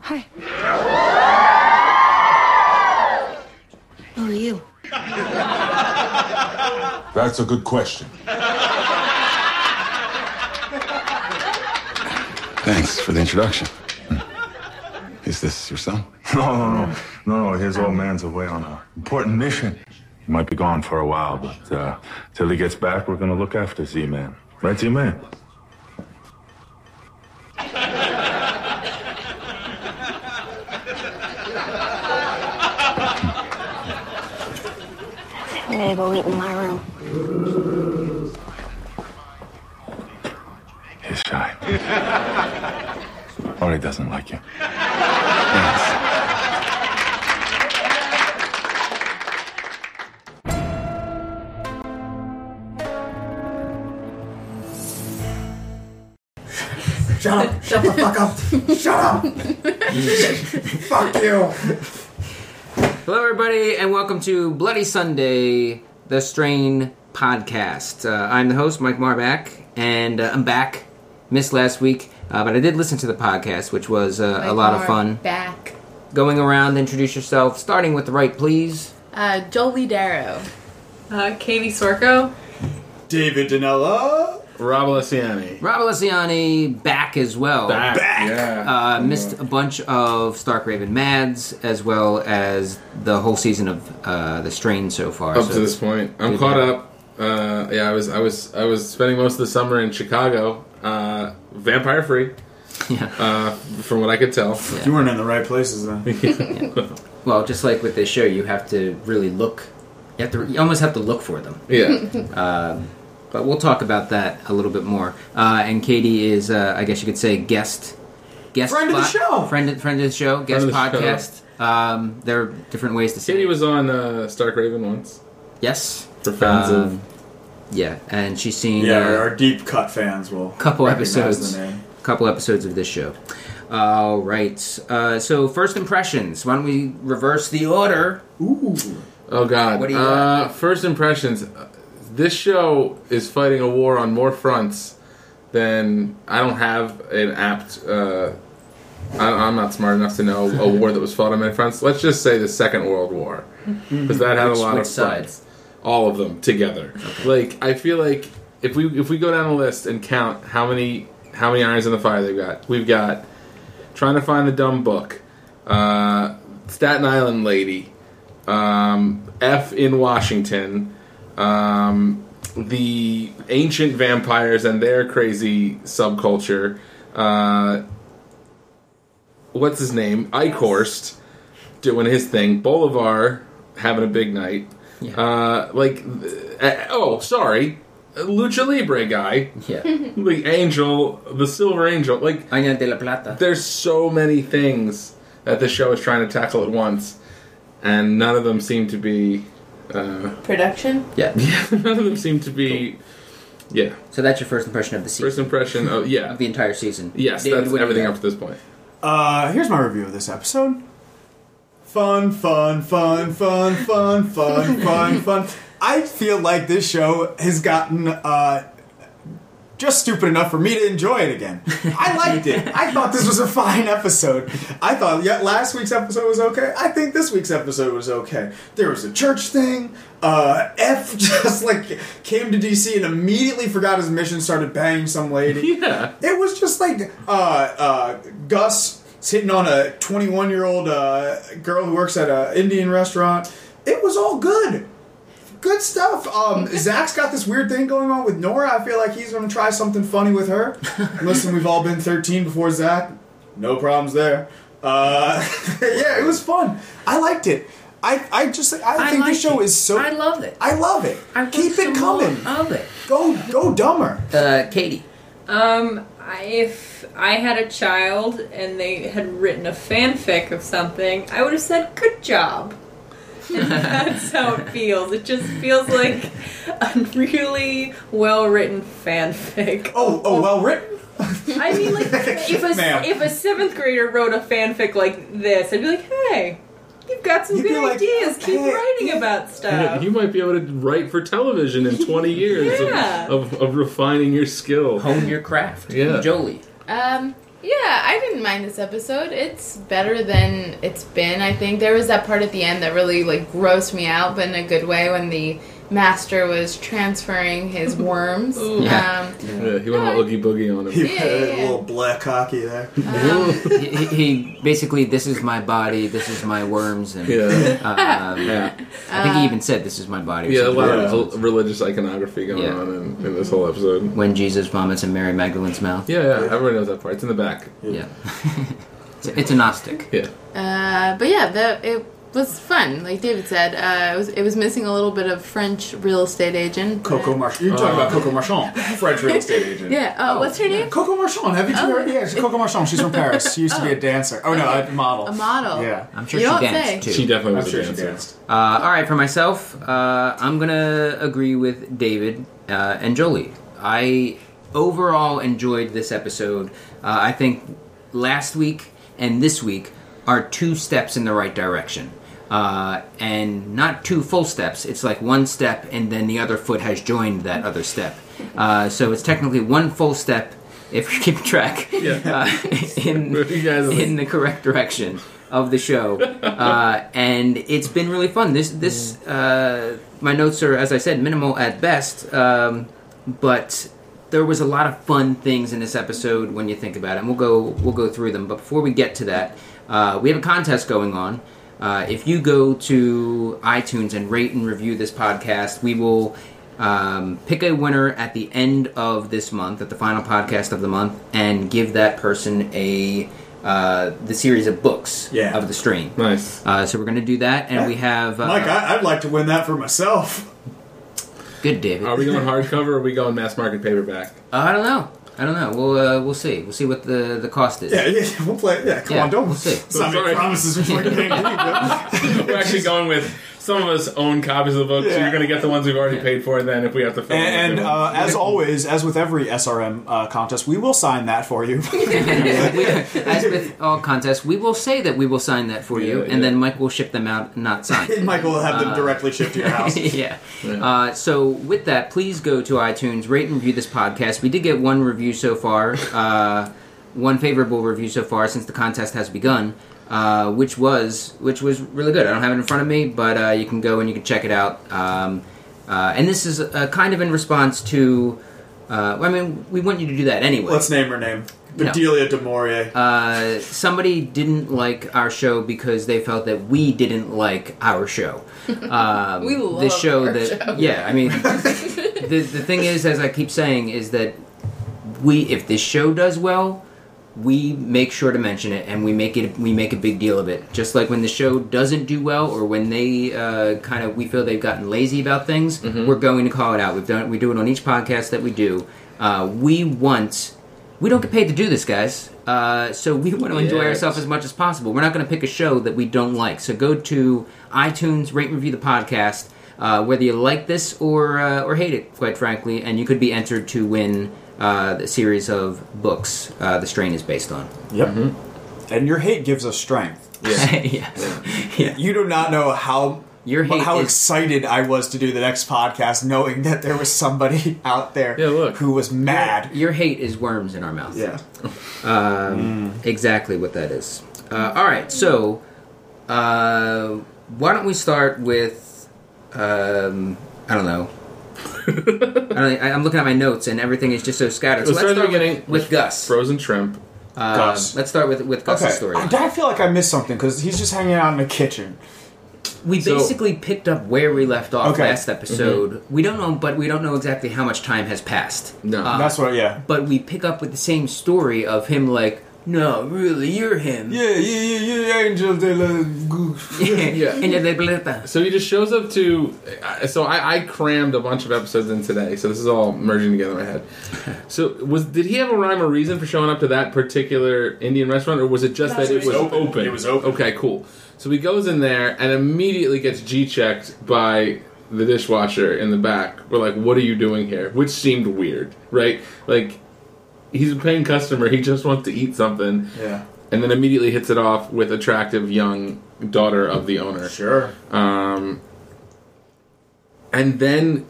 Hi. Who are you? That's a good question. Thanks for the introduction. Hmm. Is this your son? No, no, no. No, no. His old man's away on an important mission. He might be gone for a while, but uh, till he gets back, we're going to look after Z Man. Right, Z Man? I'm gonna go eat in my room. He's shy. or he doesn't like you. Shut up! Shut the fuck up! Shut up! fuck you! Hello, everybody, and welcome to Bloody Sunday, the Strain podcast. Uh, I'm the host, Mike Marbach, and uh, I'm back. Missed last week, uh, but I did listen to the podcast, which was uh, a lot of fun. Back. Going around, introduce yourself, starting with the right, please. Uh, Jolie Darrow. Uh, Katie Sorko. David Danella. Rob Alessiani. Rob Alessiani, back as well. Yeah. Uh, missed a bunch of Stark Raven Mads, as well as the whole season of uh, The Strain so far. up So to this point, I'm Good caught job. up. Uh, yeah, I was, I was, I was spending most of the summer in Chicago, uh, vampire free, Yeah. uh, from what I could tell. You weren't in the right places then. Well, just like with this show, you have to really look. You have to. You almost have to look for them. Yeah, But we'll talk about that a little bit more. Uh, and Katie is, uh, I guess you could say, guest, guest Friend of the pod- show. friend, friend of the show, guest of the podcast. Um, there are different ways to say. Katie it. was on uh, Stark Raven once yes, for fans Um, of. yeah, and she's seen Yeah, uh, our deep cut fans will. couple recognize episodes, The name. couple episodes of this show. All right. Uh, so first impressions. Why don't we reverse the order? Oh God. What do you uh, first impressions. Uh, This show is fighting a war on more fronts than I don't have an apt. Uh, I, I'm not smart enough to know a war that was fought on many fronts. Let's just say the Second World War, because that had Which- a lot which of side? fronts. All of them together. Like I feel like if we if we go down the list and count how many how many irons in the fire they've got, we've got trying to find the dumb book, uh, Staten Island lady, um, F in Washington, um, the ancient vampires and their crazy subculture. Uh, what's his name? Eichhorst doing his thing. Bolivar having a big night. Uh, like, uh, oh, sorry, Lucha Libre guy, Yeah. the Angel, the Silver Angel. Like, Aña de la Plata. there's so many things that the show is trying to tackle at once, and none of them seem to be. Uh, Production? Yeah. none of them seem to be. Yeah. So that's your first impression of the season. First impression. Oh, yeah. of the entire season. Yes, David, that's what do you everything got? up to this point. Uh, here's my review of this episode. Fun, fun, fun, fun, fun, fun, fun, fun. I feel like this show has gotten uh, just stupid enough for me to enjoy it again. I liked it. I thought this was a fine episode. I thought yeah, last week's episode was okay. I think this week's episode was okay. There was a church thing. Uh, F just like came to DC and immediately forgot his mission, started banging some lady. Yeah. It was just like uh, uh, Gus hitting on a 21 year old uh, girl who works at an Indian restaurant. It was all good. Good stuff. Um, Zach's got this weird thing going on with Nora. I feel like he's going to try something funny with her. Listen, we've all been 13 before Zach. No problems there. Uh, yeah, it was fun. I liked it. I, I just I, think this liked show it. is so. I love it. I love it. I want Keep some it coming. more Of it. Go go dumber. Uh, Katie. Um, I, if I had a child and they had written a fanfic of something, I would have said, good job. And that's how it feels. It just feels like a really well written fanfic. Oh oh, well written. I mean, like, if Ma'am. a, if a seventh grader wrote a fanfic like this, I'd be like, hey, you've got some You'd be good like, ideas. Keep "Hey." writing about stuff. You might be able to write for television in 20 years Yeah. Oh. of, of, of refining your skill. Hone your craft. Yeah. Jolie. Um, Yeah, I didn't mind this episode. It's better than it's been. I think there was that part at the end that really like grossed me out, but in a good way when the master was transferring his worms. Yeah. Um, Yeah, he went a little oogie boogie on him. He had a little black hockey there. Um, he, he- he basically, this is my body, this is my worms, and Yeah, um, yeah, I Uh, think he even said, "This is my body." or yeah. A something. lot of religious iconography going Yeah. on in, in this whole episode. When Jesus vomits in Mary Magdalene's mouth. Yeah, yeah. Everybody knows that part. It's in the back. Yeah. it's, a, it's a Gnostic. Yeah, Uh, but yeah, the, it was fun. Like David said, uh, it was it was missing a little bit of French real estate agent. Coco Marchand. You're talking about Coco Marchand, French real estate agent. Yeah. Oh, what's her name? Coco Marchand, have you two heard? Yeah, she's Coco Marchand. She's from Paris. She used to be a dancer. Oh no, a model. A model. Yeah. I'm sure You she don't danced say. she too. definitely I'm was sure a she dancer. danced. Uh, all right, for myself, uh, I'm gonna agree with David uh, and Jolie. I overall enjoyed this episode. Uh, I think last week and this week are two steps in the right direction. Uh, and not two full steps. It's like one step, and then the other foot has joined that other step. Uh, so it's technically one full step if you keep track. Yeah. Uh, in You guys are- in the correct direction of the show, uh, and it's been really fun. This this uh, my notes are, as I said, minimal at best, um, but there was a lot of fun things in this episode when you think about it. And we'll go we'll go through them, but before we get to that, uh, we have a contest going on. Uh, if you go to iTunes and rate and review this podcast, we will um, pick a winner at the end of this month, at the final podcast of the month, and give that person a uh, the series of books Yeah. of the stream. Nice. Uh, so we're going to do that, and we have uh, Mike, I, I'd like to win that for myself. good David. Oh. Are we going hardcover or are we going mass market paperback? Uh, I don't know. I don't know. We'll uh, we'll see. We'll see what the the cost is. Yeah, yeah, we'll play. Yeah, come Yeah, on, don't. we'll see. It's not Sorry. many promises we fucking can't keep, yeah. We're actually going with some of us own copies of the book, so Yeah. you're going to get the ones we've already paid for, and then if we have to fill in And, the and new ones. uh, as always, as with every SRM uh, contest, we will sign that for you. We- as with all contests, we will say that we will sign that for you, Yeah, and yeah. then Mike will ship them out not signed. Michael will have Uh, them directly shipped to your house. yeah. Uh, so with that, please go to iTunes, rate and review this podcast. We did get one review so far, uh, one favorable review so far since the contest has begun, uh, which was which was really good. I don't have it in front of me, but uh, you can go and you can check it out. Um, uh, and this is uh, kind of in response to. Uh, I mean, we want you to do that anyway Let's name her name. No. Bedelia Demorier. uh, somebody didn't like our show because they felt that we didn't like our show. Um, We love the show our that show. yeah, I mean, the the thing is, as I keep saying, is that we if this show does well. We make sure to mention it, and we make it. We make a big deal of it. Just like when the show doesn't do well, or when they uh, kind of we feel they've gotten lazy about things, we're going to call it out. We've done. We do it on each podcast that we do. Uh, we want we don't get paid to do this, guys. Uh, so we want to enjoy Yes. ourselves as much as possible. We're not going to pick a show that we don't like. So go to iTunes, rate and review the podcast, uh, whether you like this or uh, or hate it, quite frankly, and you could be entered to win uh, the series of books uh, the strain is based on. Yep. Mm-hmm. And your hate gives us strength. yeah. yeah. You do not know how Your hate how is- excited I was to do the next podcast, knowing that there was somebody out there Yeah, look. who was mad. Your hate is worms in our mouth. Yeah. exactly what that is. Uh, all right, so uh, why don't we start with um, I don't know. I don't, I, I'm looking at my notes and everything is just so scattered. So Let's let's start at start the with, beginning. with Gus. frozen shrimp. Um, Gus. Let's start with with Gus's story. I, I feel like I missed something because he's just hanging out in the kitchen. We So- Mm-hmm. basically picked up where we left off Okay. last episode. We don't know, but we don't know exactly how much time has passed. Uh, No. That's what. Yeah. But we pick up with the same story of him, like, no, really, you're him. Yeah, yeah, yeah, yeah, Angel de la Goof. Yeah. And then they blip out. So he just shows up to. I- So I, I crammed a bunch of episodes in today, so this is all merging together in my head. So was did he have a rhyme or reason for showing up to that particular Indian restaurant, or was it just that it was open. It was open. Okay, cool. So he goes in there and immediately gets g checked by the dishwasher in the back. We're like, "What are you doing here?" Which seemed weird, right? Like he's a paying customer; he just wants to eat something. Yeah. And then immediately hits it off with attractive young daughter of the owner. Sure. Um, and then,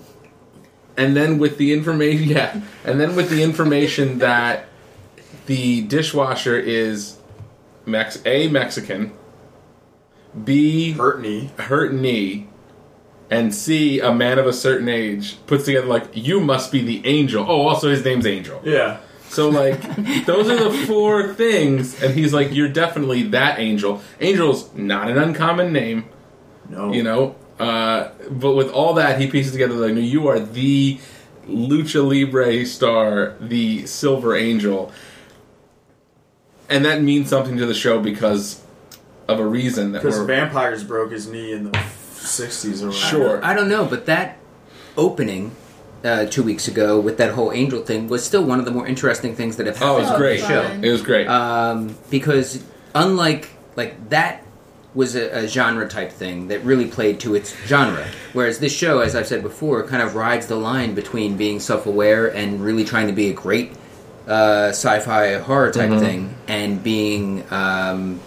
and then with the information, yeah, and then with the information that the dishwasher is Mex a Mexican, B Hurt knee. hurt knee and see a man of a certain age puts together like you must be the angel oh also his name's angel Yeah. so like those are the four things and he's like you're definitely that angel angel's not an uncommon name No. you know uh, but with all that he pieces together like no you are the lucha libre star the silver angel and that means something to the show because of a reason that Because we're vampires broke his knee in the 60s or whatever. Sure. I don't know, but that opening uh, two weeks ago with that whole angel thing was still one of the more interesting things that have oh happened. it was Oh, great fun. it was great um, because unlike like that was a, a genre type thing that really played to its genre whereas this show as i've said before kind of rides the line between being self-aware and really trying to be a great uh, sci-fi horror type thing and being um,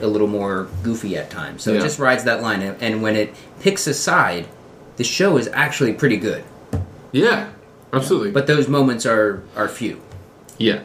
a little more goofy at times so Yeah. it just rides that line and, and when it picks a side the show is actually pretty good Yeah, absolutely. but those moments are are few yeah,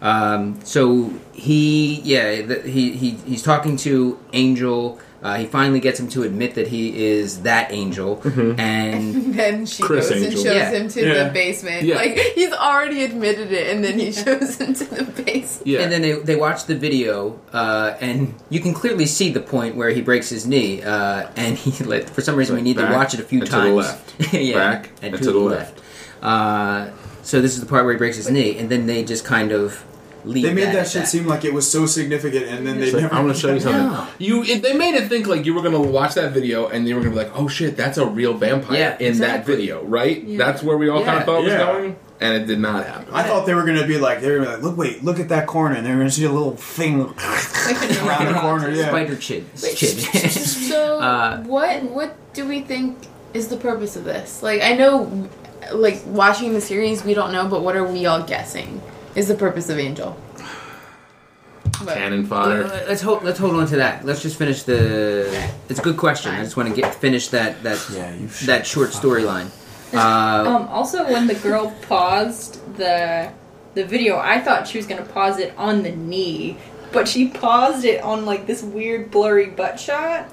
Um, so he, yeah, the, he, he he's talking to Angel. Uh, he finally gets him to admit that he is that angel, Mm-hmm. and Then she Chris goes Angel. and shows Yeah. him to Yeah. the basement. Yeah. Like he's already admitted it, and then he shows him to the basement. yeah. and then they, they watch the video, uh, and you can clearly see the point where he breaks his knee, uh, and he like, for some reason we need to Back watch it a few and to the times. left. yeah, Back and to the left. Uh, so this is the part where he breaks his knee, and then they just kind of leave. They made that at shit seem like it was so significant, and then they It's like, never. I'm gonna show you something. No. You, it, they made it think like you were gonna watch that video and you were gonna be like, "Oh shit, that's a real vampire Yeah, in that exactly. video, right?" That's where we all kind Yeah. of thought it was Yeah. going, and it did not happen. I thought they were gonna be like they were gonna be like look wait look at that corner and they're gonna see a little thing around the corner yeah spider chid. chid. So Uh, what what do we think is the purpose of this? Like I know, like watching the series, we don't know, but what are we all guessing is the purpose of Angel? But- Cannon Let- fodder. let- Let's hold. Let's hold on to that. Let's just finish the. It's a good question. I just want to get finish that that Yeah, you shut that short storyline. Uh, Um, also, when the girl paused the the video, I thought she was gonna pause it on the knee, but she paused it on like this weird blurry butt shot.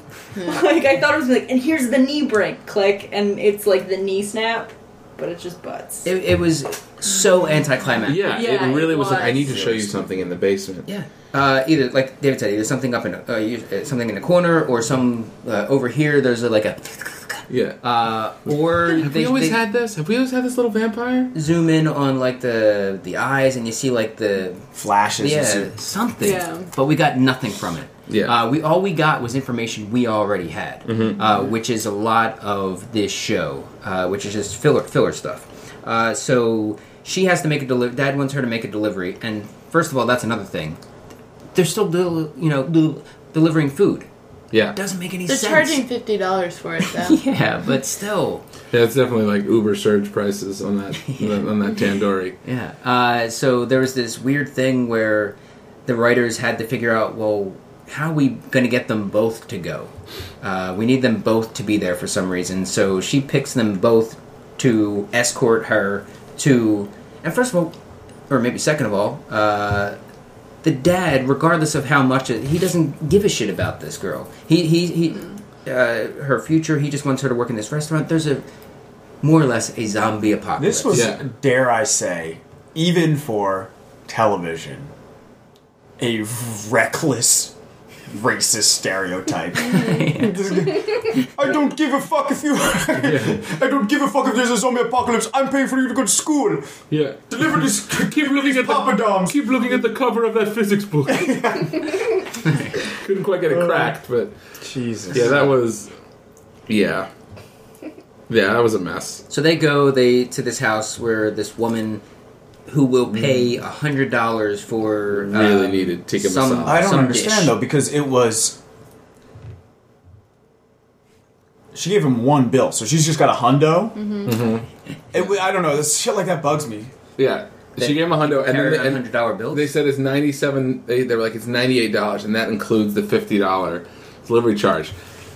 Hmm. like I thought it was like, and here's the knee break, click, and it's like the knee snap, but it's just butts. it, it was so anticlimactic. Yeah, Yeah, it really it was, like I was. need to show you something in the basement. Yeah. Uh, either like David said, either something up in a, uh, you- uh, something in the corner, or some uh, over here. There's a, like a. Yeah. Uh, or Have we they, they always had this? Have we always had this little vampire? zoom in on like the the eyes, and you see like the flashes and yeah shit. something. Yeah. But we got nothing from it. Yeah. Uh, we all we got was information we already had, uh, which is a lot of this show, uh, which is just filler filler stuff. Uh, so she has to make a delivery. Dad wants her to make a delivery, and first of all, that's another thing. They're still del- you know del- delivering food. Yeah, Doesn't make any They're sense. charging fifty dollars for it though. Yeah, but still. that's definitely like Uber surge prices on that on that tandoori. Yeah. Uh, so there was this weird thing where the writers had to figure out, well, how are we going to get them both to go? Uh, we need them both to be there for some reason. So she picks them both to escort her to. And first of all, or maybe second of all, uh, the dad, regardless of how much it, he doesn't give a shit about this girl. He he he, uh, her future. He just wants her to work in this restaurant. There's a more or less a zombie apocalypse. this was Yeah. dare I say even for television a reckless racist stereotype I don't give a fuck if you I don't give a fuck if there's a zombie apocalypse I'm paying for you to go to school Yeah, deliver this keep looking at papadoms Keep looking at the cover of that physics book. Couldn't quite get it cracked, but Jesus yeah, that was. Yeah. Yeah, that was a mess. So they go they to this house where this woman who will Hmm. pay a hundred dollars for uh, Really needed tikka some- masala. I don't some understand dish. though because it was. She gave him one bill, so she's just got a hundo. Mm-hmm. It, wa- I don't know. This shit like that bugs me. Yeah, she gave him a hundo, and then carried they, a and hundred dollar bill. they said it's ninety seven. They, they were like it's ninety eight dollars, and that includes the fifty dollar delivery charge.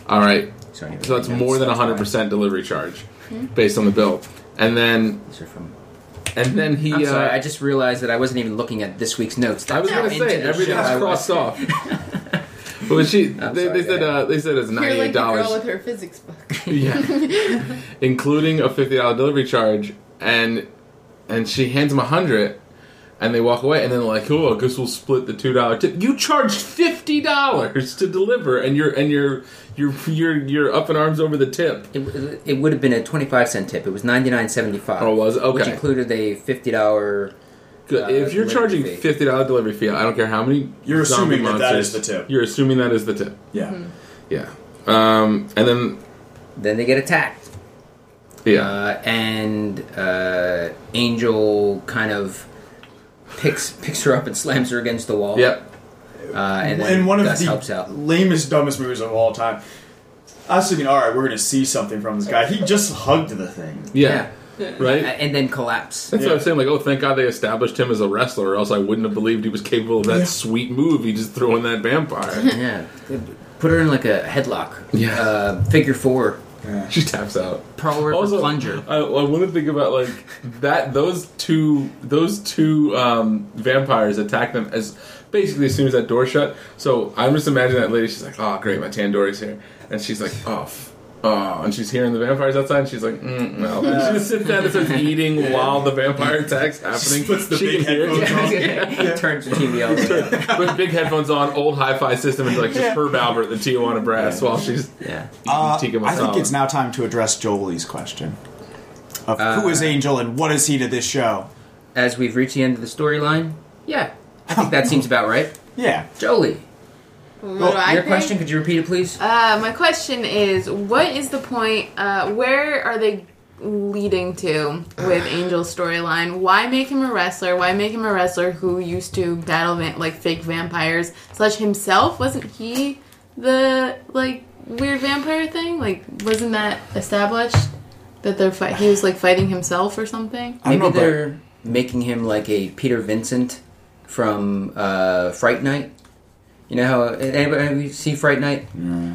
All right, Sorry. so that's more than That's Hmm? hundred percent delivery charge based on the bill, and then These are from and then he. I'm uh, sorry, I just realized that I wasn't even looking at this week's notes. I was That's gonna how into say the everything's show I was. crossed off. But when she, I'm they, sorry, they said yeah. uh, they said it's You're ninety like eight the girl dollars, with her physics book. yeah, including a fifty dollar delivery charge, and and she hands him a hundred, and they walk away, and then they're like, oh, I guess we'll split the two dollar tip. You charged fifty dollars to deliver, and you're and you're you're you're you're up in arms over the tip. It, it would have been a 25 cent tip. It was 99.75. Oh, it was? Which Okay. included a $50 Good. Uh, if you're delivery charging fee. fifty dollar delivery fee, I don't care how many. You're zombie assuming that that monsters- is the tip. You're assuming that is the tip. Yeah. Mm-hmm. Yeah. Um, and then then they get attacked. yeah. Uh, and uh, Angel kind of picks picks her up and slams her against the wall. Yep. Uh, and then and one of Gus the helps out. lamest, dumbest movies of all time. I was thinking, all right, we're gonna see something from this guy. He just hugged the thing. Yeah. Uh, Right? And then collapse. That's what I'm saying. Like, oh, thank God they established him as a wrestler, or else I wouldn't have believed he was capable of that sweet move he just threw in that vampire. yeah. Put her in like a headlock. Yeah. Uh, figure four. she taps out. Pearl her for Also, uh, plunger. I, I want to think about like that. Those two, those two um, vampires attack them as basically as soon as that door shut. So I'm just imagining that lady. She's like, "Oh, great, my Tandoori's here," and she's like, "Oh." f- Oh, and she's hearing the vampires outside, and she's like, mm, "No!" And she just sits down and starts eating while the vampire attack's happening. puts the big can hear it. headphones on. Turns the TV on. With big headphones on, old hi-fi system, and like just Herb Albert, the Tijuana Brass, while she's Yeah. Uh, Tikka I think masala. it's now time to address Jolie's question of who is Angel and what is he to this show. As we've reached the end of the storyline, yeah, I think that seems about right. Yeah, Jolie, What Well, do I your think? question, could you repeat it, please? Uh, my question is, what is the point? Uh, where are they leading to with Angel's storyline? Why make him a wrestler? Why make him a wrestler who used to battle va- like fake vampires? Slash himself wasn't he the like weird vampire thing? Like wasn't that established that they're fi- he was like fighting himself or something? I don't Maybe know, but- they're making him like a Peter Vincent from uh, Fright Night. You know how anybody have you see Fright Night?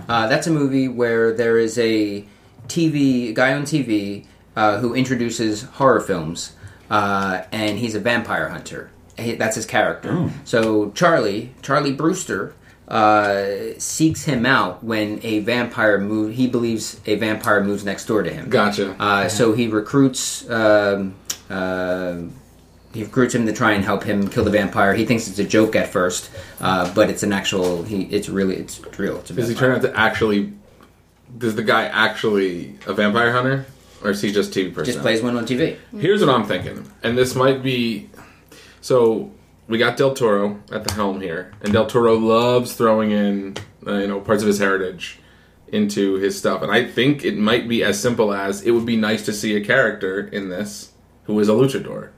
Uh, that's a movie where there is a TV guy on TV uh, who introduces horror films, uh, and he's a vampire hunter. He- That's his character. Oh. So Charlie, Charlie Brewster, uh, seeks him out when a vampire move. He believes a vampire moves next door to him. gotcha. Uh, so he recruits. Um, uh, he recruits him to try and help him kill the vampire. He thinks it's a joke at first, uh, but it's an actual. He it's really it's real. It's a Does he vampire. turn out to actually? Does the guy actually a vampire hunter, or is he just TV person? just plays one on TV. Here's what I'm thinking, and this might be. So we got Del Toro at the helm here, and Del Toro loves throwing in uh, you know parts of his heritage into his stuff, and I think it might be as simple as it would be nice to see a character in this who is a luchador.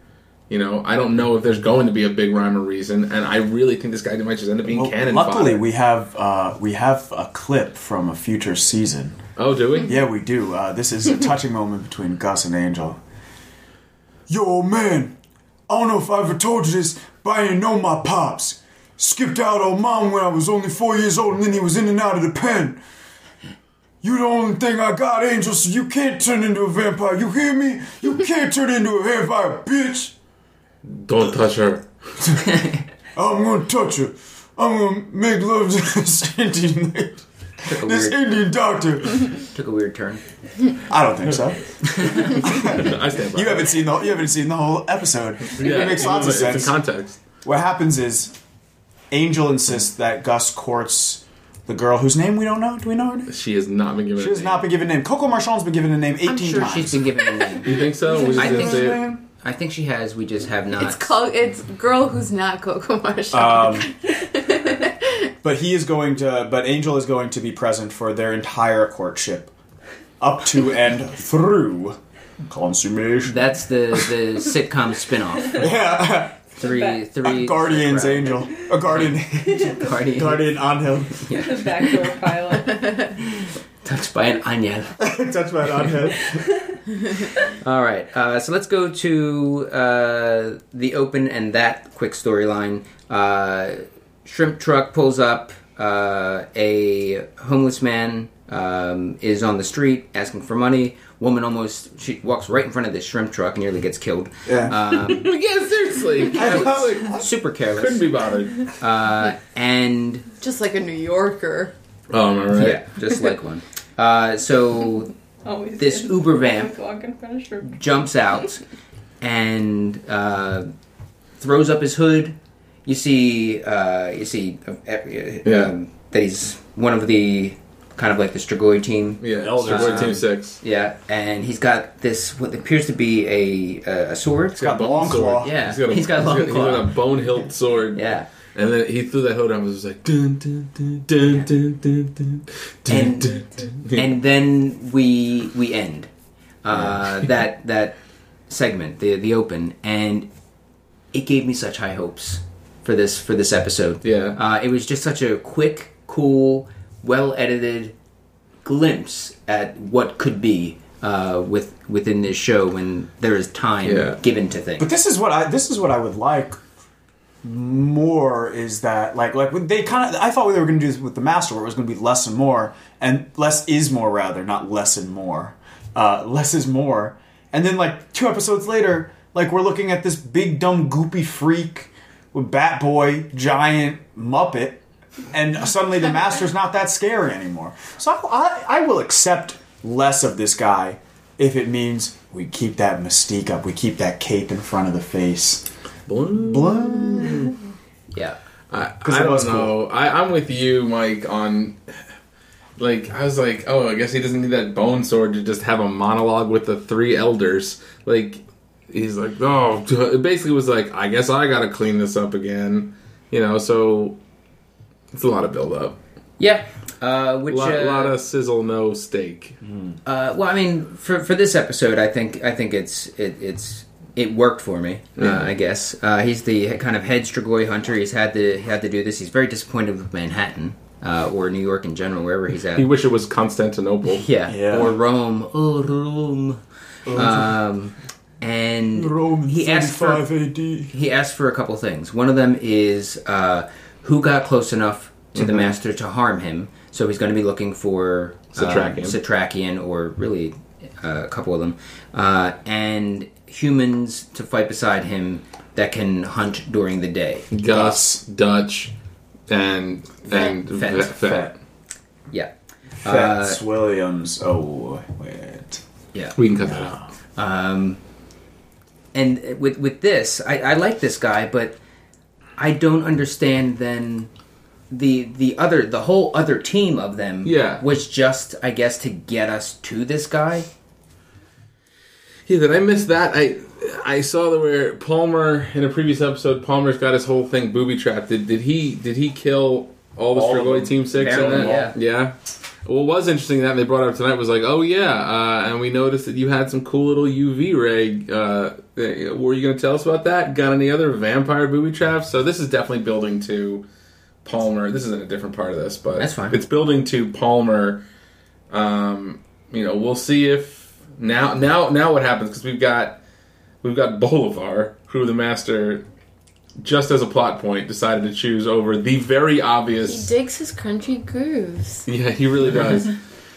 You know, I don't know if there's going to be a big rhyme or reason, and I really think this guy might just end up being Well, canon. luckily fodder. we have uh, we have a clip from a future season. oh, do we? Yeah, we do. Uh, this is a touching moment between Gus and Angel. Yo, man, I don't know if I ever told you this, but I ain't know my pops. Skipped out on mom when I was only four years old, and then he was in and out of the pen. You the only thing I got, Angel, so you can't turn into a vampire. You hear me? You can't turn into a vampire, bitch. Don't touch her. I'm gonna touch you. I'm gonna make love to this Indian, Took a this weird Indian doctor. took a weird turn. I don't think so. I stand by. You that. haven't seen the you haven't seen the whole episode. Yeah, it makes it's lots in- of it's in sense. context. what happens is Angel insists that Gus courts the girl whose name we don't know. Do we know her name? She has not been given. She has not been given a name. Coco Marchand's been given a name 18 I'm sure times. she's been given a name. You think so? We just I didn't think- say it. I think she has. We just have not. It's Clo- It's girl who's not Coco Marshall. But he is going to but Angel is going to be present for their entire courtship up to and through consummation. That's the the sitcom spinoff. yeah. Three three Guardian's Angel. A guardian Guardian. guardian on him. The backdoor pilot. touched by an onion. Touch that on him. All right, uh, so let's go to uh, the open and that quick storyline. Uh, shrimp truck pulls up. Uh, a homeless man um, is on the street asking for money. woman almost she walks right in front of this shrimp truck and nearly gets killed. Yeah. Um, yeah, seriously. I was like, super couldn't careless. be bothered. Uh, and Just like a New Yorker. Oh, am I right? yeah, just like one. Uh, so Always this did. Uber Always vamp walk in front of shrimp. jumps out and uh, throws up his hood. You see, uh, you see uh, e- Yeah. um, that he's one of the kind of like the Strigoi team. Yeah, Elders. Strigoi Team Um, 6. Yeah, and he's got this what appears to be a a, a sword. He's got a Long bone sword. claw. Yeah, he's got a long he's claw. got a bone hilt sword. Yeah, And then he threw that hood on and was just like, dun, dun, dun, dun, dun, dun, dun, dun, And- dun, dun, dun. and then we we end uh, that that segment, the the open, and it gave me such high hopes for this for this episode. Yeah. uh, it was just such a quick, cool, well edited glimpse at what could be uh, with within this show when there is time Yeah. given to things. But this is what I this is what I would like more is that like like when they kind of I thought they were going to do this with the master where it was going to be less and more and less is more rather not less and more uh, less is more and then like two episodes later like we're looking at this big dumb goopy freak with Bat Boy giant Muppet and suddenly the master's not that scary anymore so I, I, I will accept less of this guy if it means we keep that mystique up we keep that cape in front of the face Blum. Blah. yeah. I, it I was don't cool. know. I, I'm with you, Mike, on. Like, I was like, oh, I guess he doesn't need that bone sword to just have a monologue with the three elders. Like, he's like, oh, it basically was like, I guess I gotta clean this up again. You know, so it's a lot of build up. Yeah. Uh, which A lot, uh, lot of sizzle, no steak. uh, well, I mean, for for this episode, I think I think it's it, it's it worked for me. Uh, I guess uh, he's the kind of head Strigoi hunter. He's had to he had to do this. He's very disappointed with Manhattan uh, or New York in general, wherever he's at. You wish it was Constantinople. yeah. Yeah. or Rome. Oh, Rome. Um, and he asked for AD. he asked for a couple things. One of them is uh, who got close enough to the master to harm him. So he's going to be looking for um, Satrakian. Satrakian, or really uh, a couple of them, uh, and humans to fight beside him that can hunt during the day. Gus, Dutch, and and Fett. Fett. Fett. Yeah, Uh, Fats Williams. Oh wait. yeah. We can cut that out. Um, and with with this, I, I like this guy, but I don't understand then the the other the whole other team of them Yeah. was just I guess to get us to this guy. Yeah, did I miss that? I I saw that where Palmer in a previous episode, Palmer's got his whole thing booby trapped. Did, did he did he kill all the All of them. Strigoi Team Six in Barely, that? Yeah. What was interesting that they brought up tonight was like, oh yeah, uh, and we noticed that you had some cool little UV ray. Uh, uh, were you going to tell us about that? Got any other vampire booby traps? So this is definitely building to Palmer. This isn't a different part of this, but That's fine. It's building to Palmer. Um, you know, we'll see if now now now what happens because we've got we've got Bolivar, who the master just as a plot point decided to choose over the very He obvious. digs his crunchy grooves. yeah, he really does.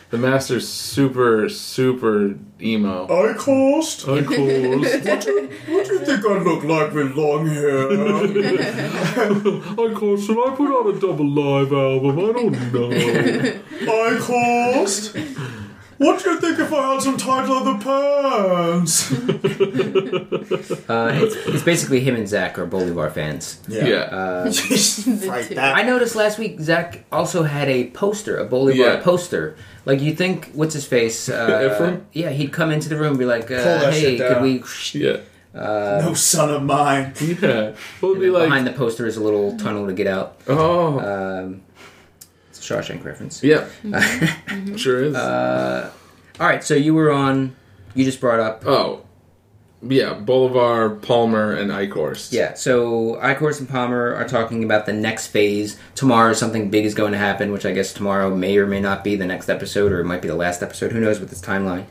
the master's super super emo. I cost. Oh, cool. What do you think I look like with long hair? I call, should I put out a double live album? I don't know. I cost. What do you think if I had some tight leather pants? Uh, it's, it's basically him and Zach are Bolivar fans. Yeah. Uh, right. I That. noticed last week Zach also had a poster, a Bolivar Yeah. poster. Like you think, what's his face? Uh, Ephraim? Yeah, he'd come into the room and be like, uh, that "Hey, shit could down. we?" yeah. No son of mine. Yeah. We'll be like, Behind the poster is a little tunnel to get out. oh. Um, it's a Shawshank reference. yeah. Sure is. All right, so you were on. You just brought up. oh. Yeah, Bolivar, Palmer, and Eichhorst. Yeah, so Icorus and Palmer are talking about the next phase. Tomorrow, something big is going to happen, which I guess tomorrow may or may not be the next episode, or it might be the last episode. Who knows with this timeline?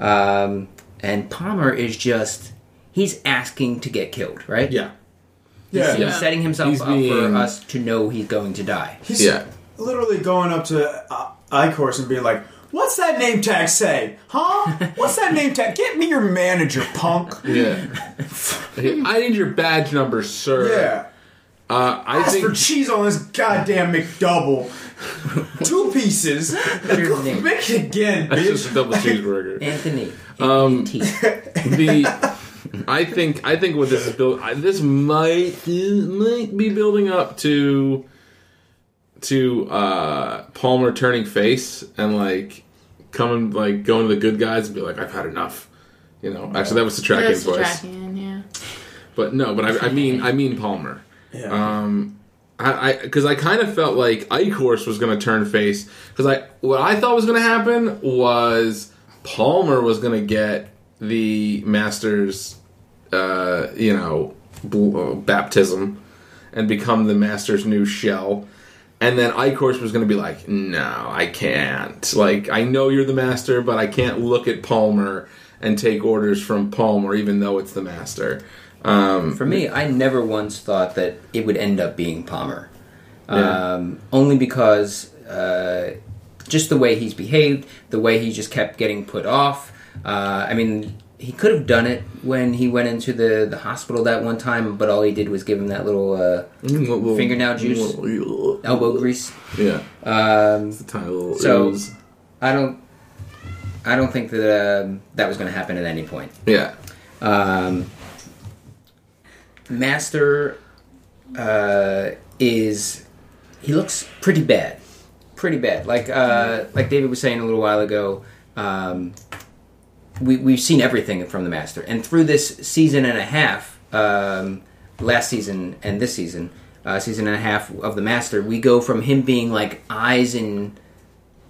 Um, and Palmer is just. He's asking to get killed, right? Yeah. Yeah. He's setting himself He's up being- for us to know he's going to die. He's Yeah. literally going up to uh, Icorus and being like, What's that name tag say? Huh? What's that name tag? Get me your manager, punk. Yeah. Okay, I need your badge number, sir. Yeah. Uh, I Ask think for cheese on this goddamn McDouble. Two pieces. your name? Make it again, that's bitch. just a double cheeseburger. Anthony. Um, the I think I think what this is build I, this might might be building up to to uh Palmer turning face and like coming like going to the good guys and be like I've had enough. You know, actually that was the That's Trakian's the voice. Drakian, yeah. But no, but I, I mean I mean Palmer. Uh, Yeah. I because I, kind of felt like Ike Horse was going to turn face because I what I thought was going to happen was Palmer was going to get the Masters, uh, you know, bl- uh, baptism and become the Masters' new shell. And then Ike Horse was going to be like, "No, I can't. Like, I know you're the master, but I can't look at Palmer and take orders from Palmer, even though it's the master." For me, I never once thought that it would end up being Palmer. Yeah. Um, only because uh, just the way he's behaved, the way he just kept getting put off. Uh, I mean, he could have done it when he went into the, the hospital that one time, but all he did was give him that little uh, fingernail juice, elbow grease. Yeah. Um, It's a tiny little So- ooze. I don't, I don't think that um, that was going to happen at any point. Yeah. Um, Master uh, is he looks pretty bad, pretty bad. Like uh, like David was saying a little while ago, um, we we've seen everything from the Master, and through this season and a half, um, last season and this season, uh, season and a half of the Master, we go from him being like eyes and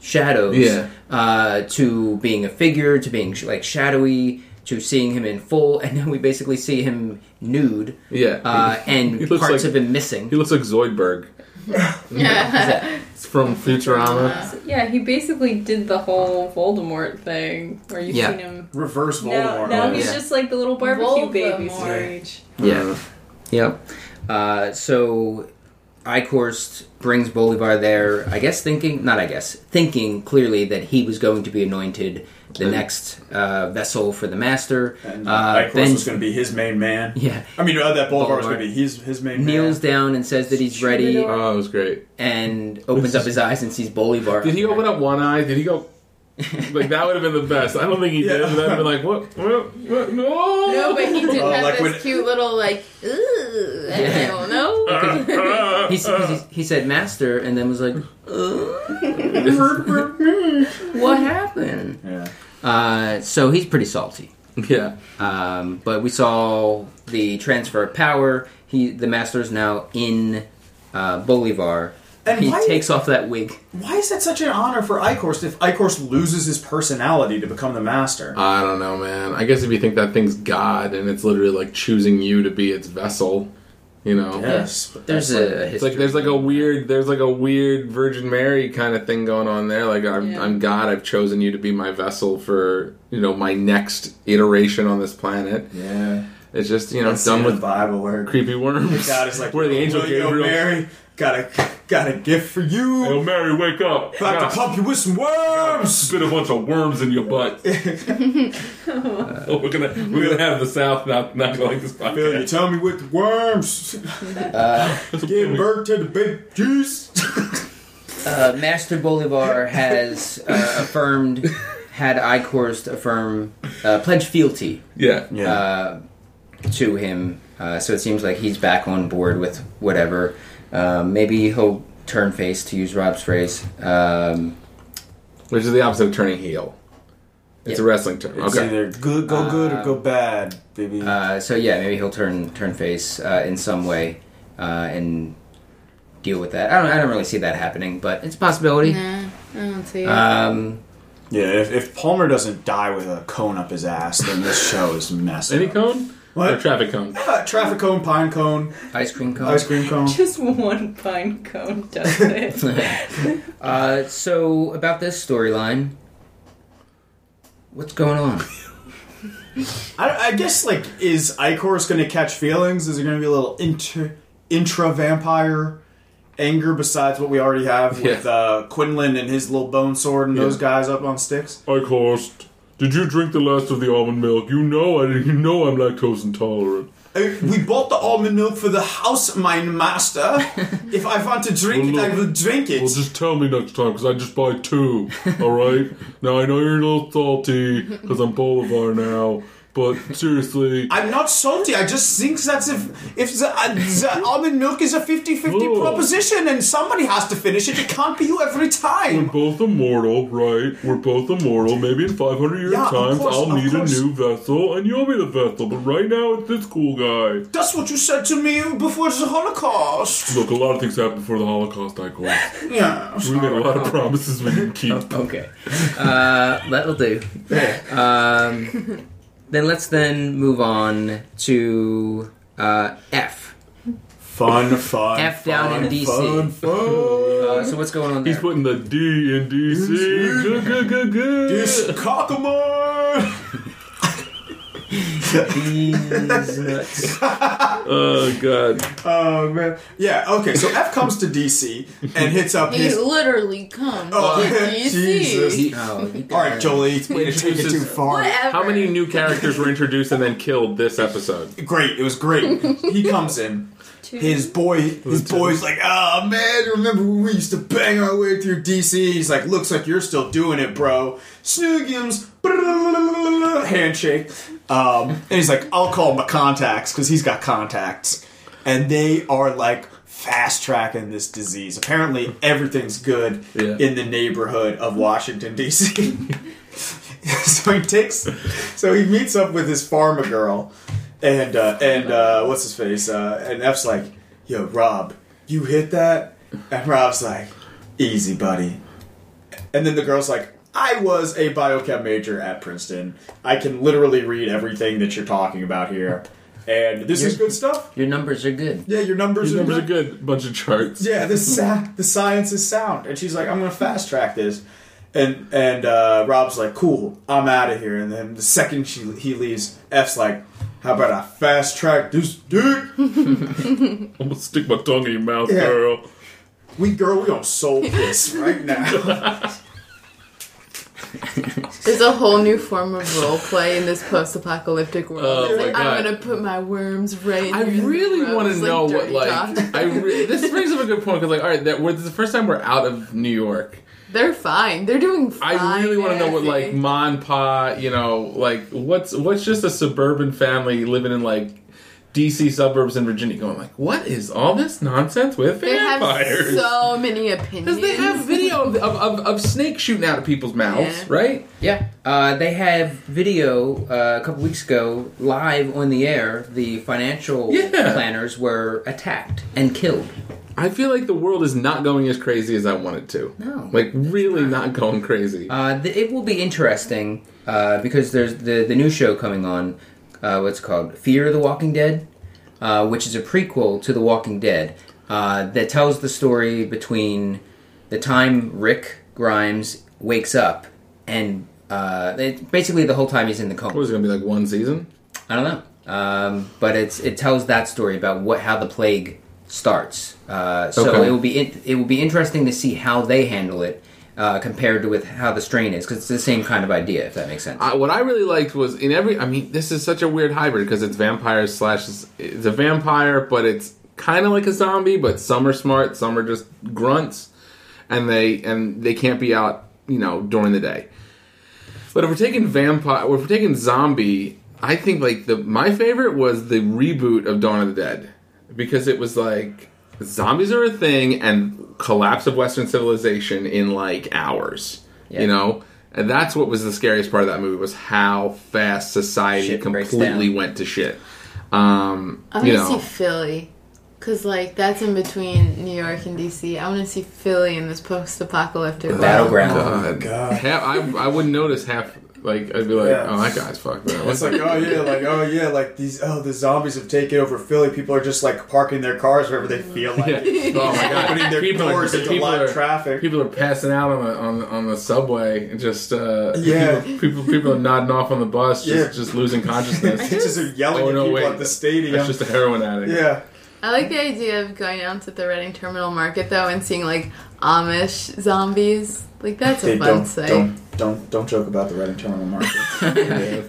shadows Yeah. uh, to being a figure, to being like shadowy, to seeing him in full, and then we basically see him nude, Yeah. uh, and He parts looks like- of him missing. He looks like Zoidberg. It's from Futurama. So, yeah, he basically did the whole Voldemort thing where you've Yeah. seen him. Reverse Now, Voldemort. now he's Yeah. just like the little barbecue baby Voldemort. stage. Yeah. Yep. Uh, so Icorst brings Bolivar there, I guess thinking, not I guess, thinking clearly that he was going to be anointed the next uh, vessel for the master. And, uh, Ike Horse Ben was going to be his main man. Yeah. I mean, uh, that Boulevard was Boulevard. going to be his his main kneels man. down and says that he's ready Oh, it was great. and opens up his eyes and sees Bolivar. Did he open up one eye? Did he go? Like that would have been the best. I don't think he did. Yeah. But I'd have been like, what? what, what? No. No, but he did Oh, have like this when- cute little like, ooh, I don't know. Uh, He, s- he s- he said master and then was like, what happened? Yeah. Uh, so he's pretty salty. yeah. Um, but we saw the transfer of power. He, the master's now in uh, Bolivar. And he why- takes off that wig. Why is that such an honor for Icorst if Icorst loses his personality to become the master? I don't know, man. I guess if you think that thing's God and it's literally like choosing you to be its vessel, you know. yes. but There's that's a It's history. like there's like a weird there's like a weird Virgin Mary kind of thing going on there. Like I'm Yeah. I'm God. I've chosen you to be my vessel for you know my next iteration on this planet. Yeah. It's just you know That's done in with the Bible where creepy worms. God is like where the angel "Will you, Gabriel. Mary, got a got a gift for you. Oh Mary, wake up! I About got to pump you with some worms. spit a bunch of worms in your butt. oh, we're gonna we're gonna have the South not not gonna like this Bill, you podcast. tell me with the worms. Uh, Give birth to the big juice. Uh, Master Bolivar has uh, affirmed, had Icorst affirm, uh, pledge fealty Yeah, Yeah. uh, to him. Uh, so it seems like he's back on board with whatever. Uh, maybe he'll turn face, to use Rob's phrase. Um, which is the opposite of turning heel. It's Yeah. a wrestling term. It's okay. either good, go good or go bad, baby. uh, so yeah, maybe he'll turn turn face uh, in some way uh, and deal with that. I don't, I don't really see that happening, but it's a possibility. Nah, I don't see it. Uh, Um, yeah, if, if Palmer doesn't die with a cone up his ass, then this show is messed Any up. cone? What? Or traffic cone? Uh, traffic cone, pine cone, ice cream cone. ice cream cone. Just one pine cone does it. Uh, so about this storyline, what's going on? I, I guess like is Icorus going to catch feelings? Is it going to be a little inter intra vampire anger besides what we already have with Yeah. uh, Quinlan and his little bone sword and those Yeah. guys up on sticks. I cost. Did you drink the last of the almond milk? You know I. You know I'm lactose intolerant. Uh, We bought the almond milk for the house, mine master. if I want to drink Well, it, I look. will drink it. Well, just tell me next time, because I just buy two, alright? now, I know you're a little salty, because I'm Bolivar now, but seriously. I'm not salty. I just think that's if if the, uh, the almond milk is a 50-50 Ooh. proposition, and somebody has to finish it. It can't be you every we're time. both immortal, right? We're both immortal. Maybe in 500 years' Yeah, of times, course, I'll of need a course. new vessel, and you'll be the vessel. But right now, it's this cool guy. That's what you said to me before the Holocaust. Look, a lot of things happened before the Holocaust, I call. Yeah. We made a lot of promises we didn't keep. Okay. Uh, that'll do. Um, then let's then move on to uh, F. Fun, fun. F down in DC. Uh, so what's going on there? He's putting the D in DC. Good, good, good, good. This cockamore. These nuts. Oh, God. Oh man. Yeah. Okay. So F comes to DC and hits up. He his- literally comes. Oh, Did you see? Jesus. Oh, you All right, Jolie. Way to take it Introduces- too far. Whatever. How many new characters were introduced and then killed this episode? Great. It was great. He comes in. His boy, his boy's like, oh man, remember when we used to bang our way through DC? He's like, looks like you're still doing it, bro. Snoogums, handshake. Um, and he's like, I'll call my contacts because he's got contacts. And they are like fast tracking this disease. Apparently, everything's good Yeah. in the neighborhood of Washington, D.C. so he takes, so he meets up with his pharma girl, and uh, and uh, what's his face? Uh, and F's like, "Yo, Rob, you hit that?" And Rob's like, "Easy, buddy." And then the girl's like, "I was a biochem major at Princeton. I can literally read everything that you're talking about here, and this is good stuff. Your numbers are good. Yeah, your numbers, These are numbers good. are good. Bunch of charts. Yeah, the sa- the science is sound, and she's like, I'm gonna fast track this, and and uh, Rob's like, cool, I'm out of here. And then the second she he leaves, F's like, how about I fast track this dude? I'm gonna stick my tongue in your mouth, Yeah. girl. We girl, we on soul kiss right now. There's a whole new form of role play in this post-apocalyptic world. Oh, It's like, my God. I'm gonna put my worms right. in I your really throat. want to It's know what dirty like. talk. I re- this brings up a good point because like, all right, that, we're, this is the first time we're out of New York. They're fine. They're doing fine. I really want to know what there, I like think. Mon Pa, you know, like what's what's just a suburban family living in like DC suburbs in Virginia going like, what is all this nonsense with They have vampires? so many opinions. Because they have video of, of, of snakes shooting out of people's mouths, Yeah. right? Yeah, uh, they have video uh, a couple weeks ago, live on the air. The financial Yeah. planners were attacked and killed. I feel like the world is not going as crazy as I want it to. No. Like, really not going crazy. Uh, th- it will be interesting uh, because there's the the new show coming on. Uh, what's it called Fear of the Walking Dead, uh, which is a prequel to The Walking Dead uh, that tells the story between the time Rick Grimes wakes up and uh, it, basically the whole time he's in the coma. what is it going to be like one season? I don't know. Um, but it's it tells that story about what how the plague starts. Uh, so Okay. it will be in, it will be interesting to see how they handle it uh, compared to with how the strain is because it's the same kind of idea if that makes sense. I, what I really liked was in every. I mean, this is such a weird hybrid because it's vampires slash. It's a vampire, but it's kind of like a zombie. But some are smart, some are just grunts, and they and they can't be out, you know, during the day. But if we're taking vampire, if we're taking zombie, I think like the my favorite was the reboot of Dawn of the Dead because it was like zombies are a thing and collapse of Western civilization in like hours, Yeah. you know. And that's what was the scariest part of that movie was how fast society Shit breaks completely down. went to shit. Um, I want you to know, see Philly. Cause like that's in between New York and DC. I want to see Philly in this post-apocalyptic world. Battleground. Oh, Oh, God. Half, I, I wouldn't notice half. Like I'd be like, Yeah. oh, that guy's fucked. Man. It's like, oh yeah, like oh yeah, like these oh the zombies have taken over Philly. People are just like parking their cars wherever they feel like. Yeah. Oh my god! Opening their doors into live are, traffic. People are passing out on the on, the- on the subway and just uh, Yeah. People, people people are nodding off on the bus, just Yeah. just losing consciousness. Bitches are yelling Oh, at no, people wait. at the stadium. That's just a heroin addict. yeah. I like the idea of going out to the Reading Terminal Market though and seeing like Amish zombies. Like that's a Hey, fun don't, sight. don't, don't, don't joke about the Reading Terminal Market.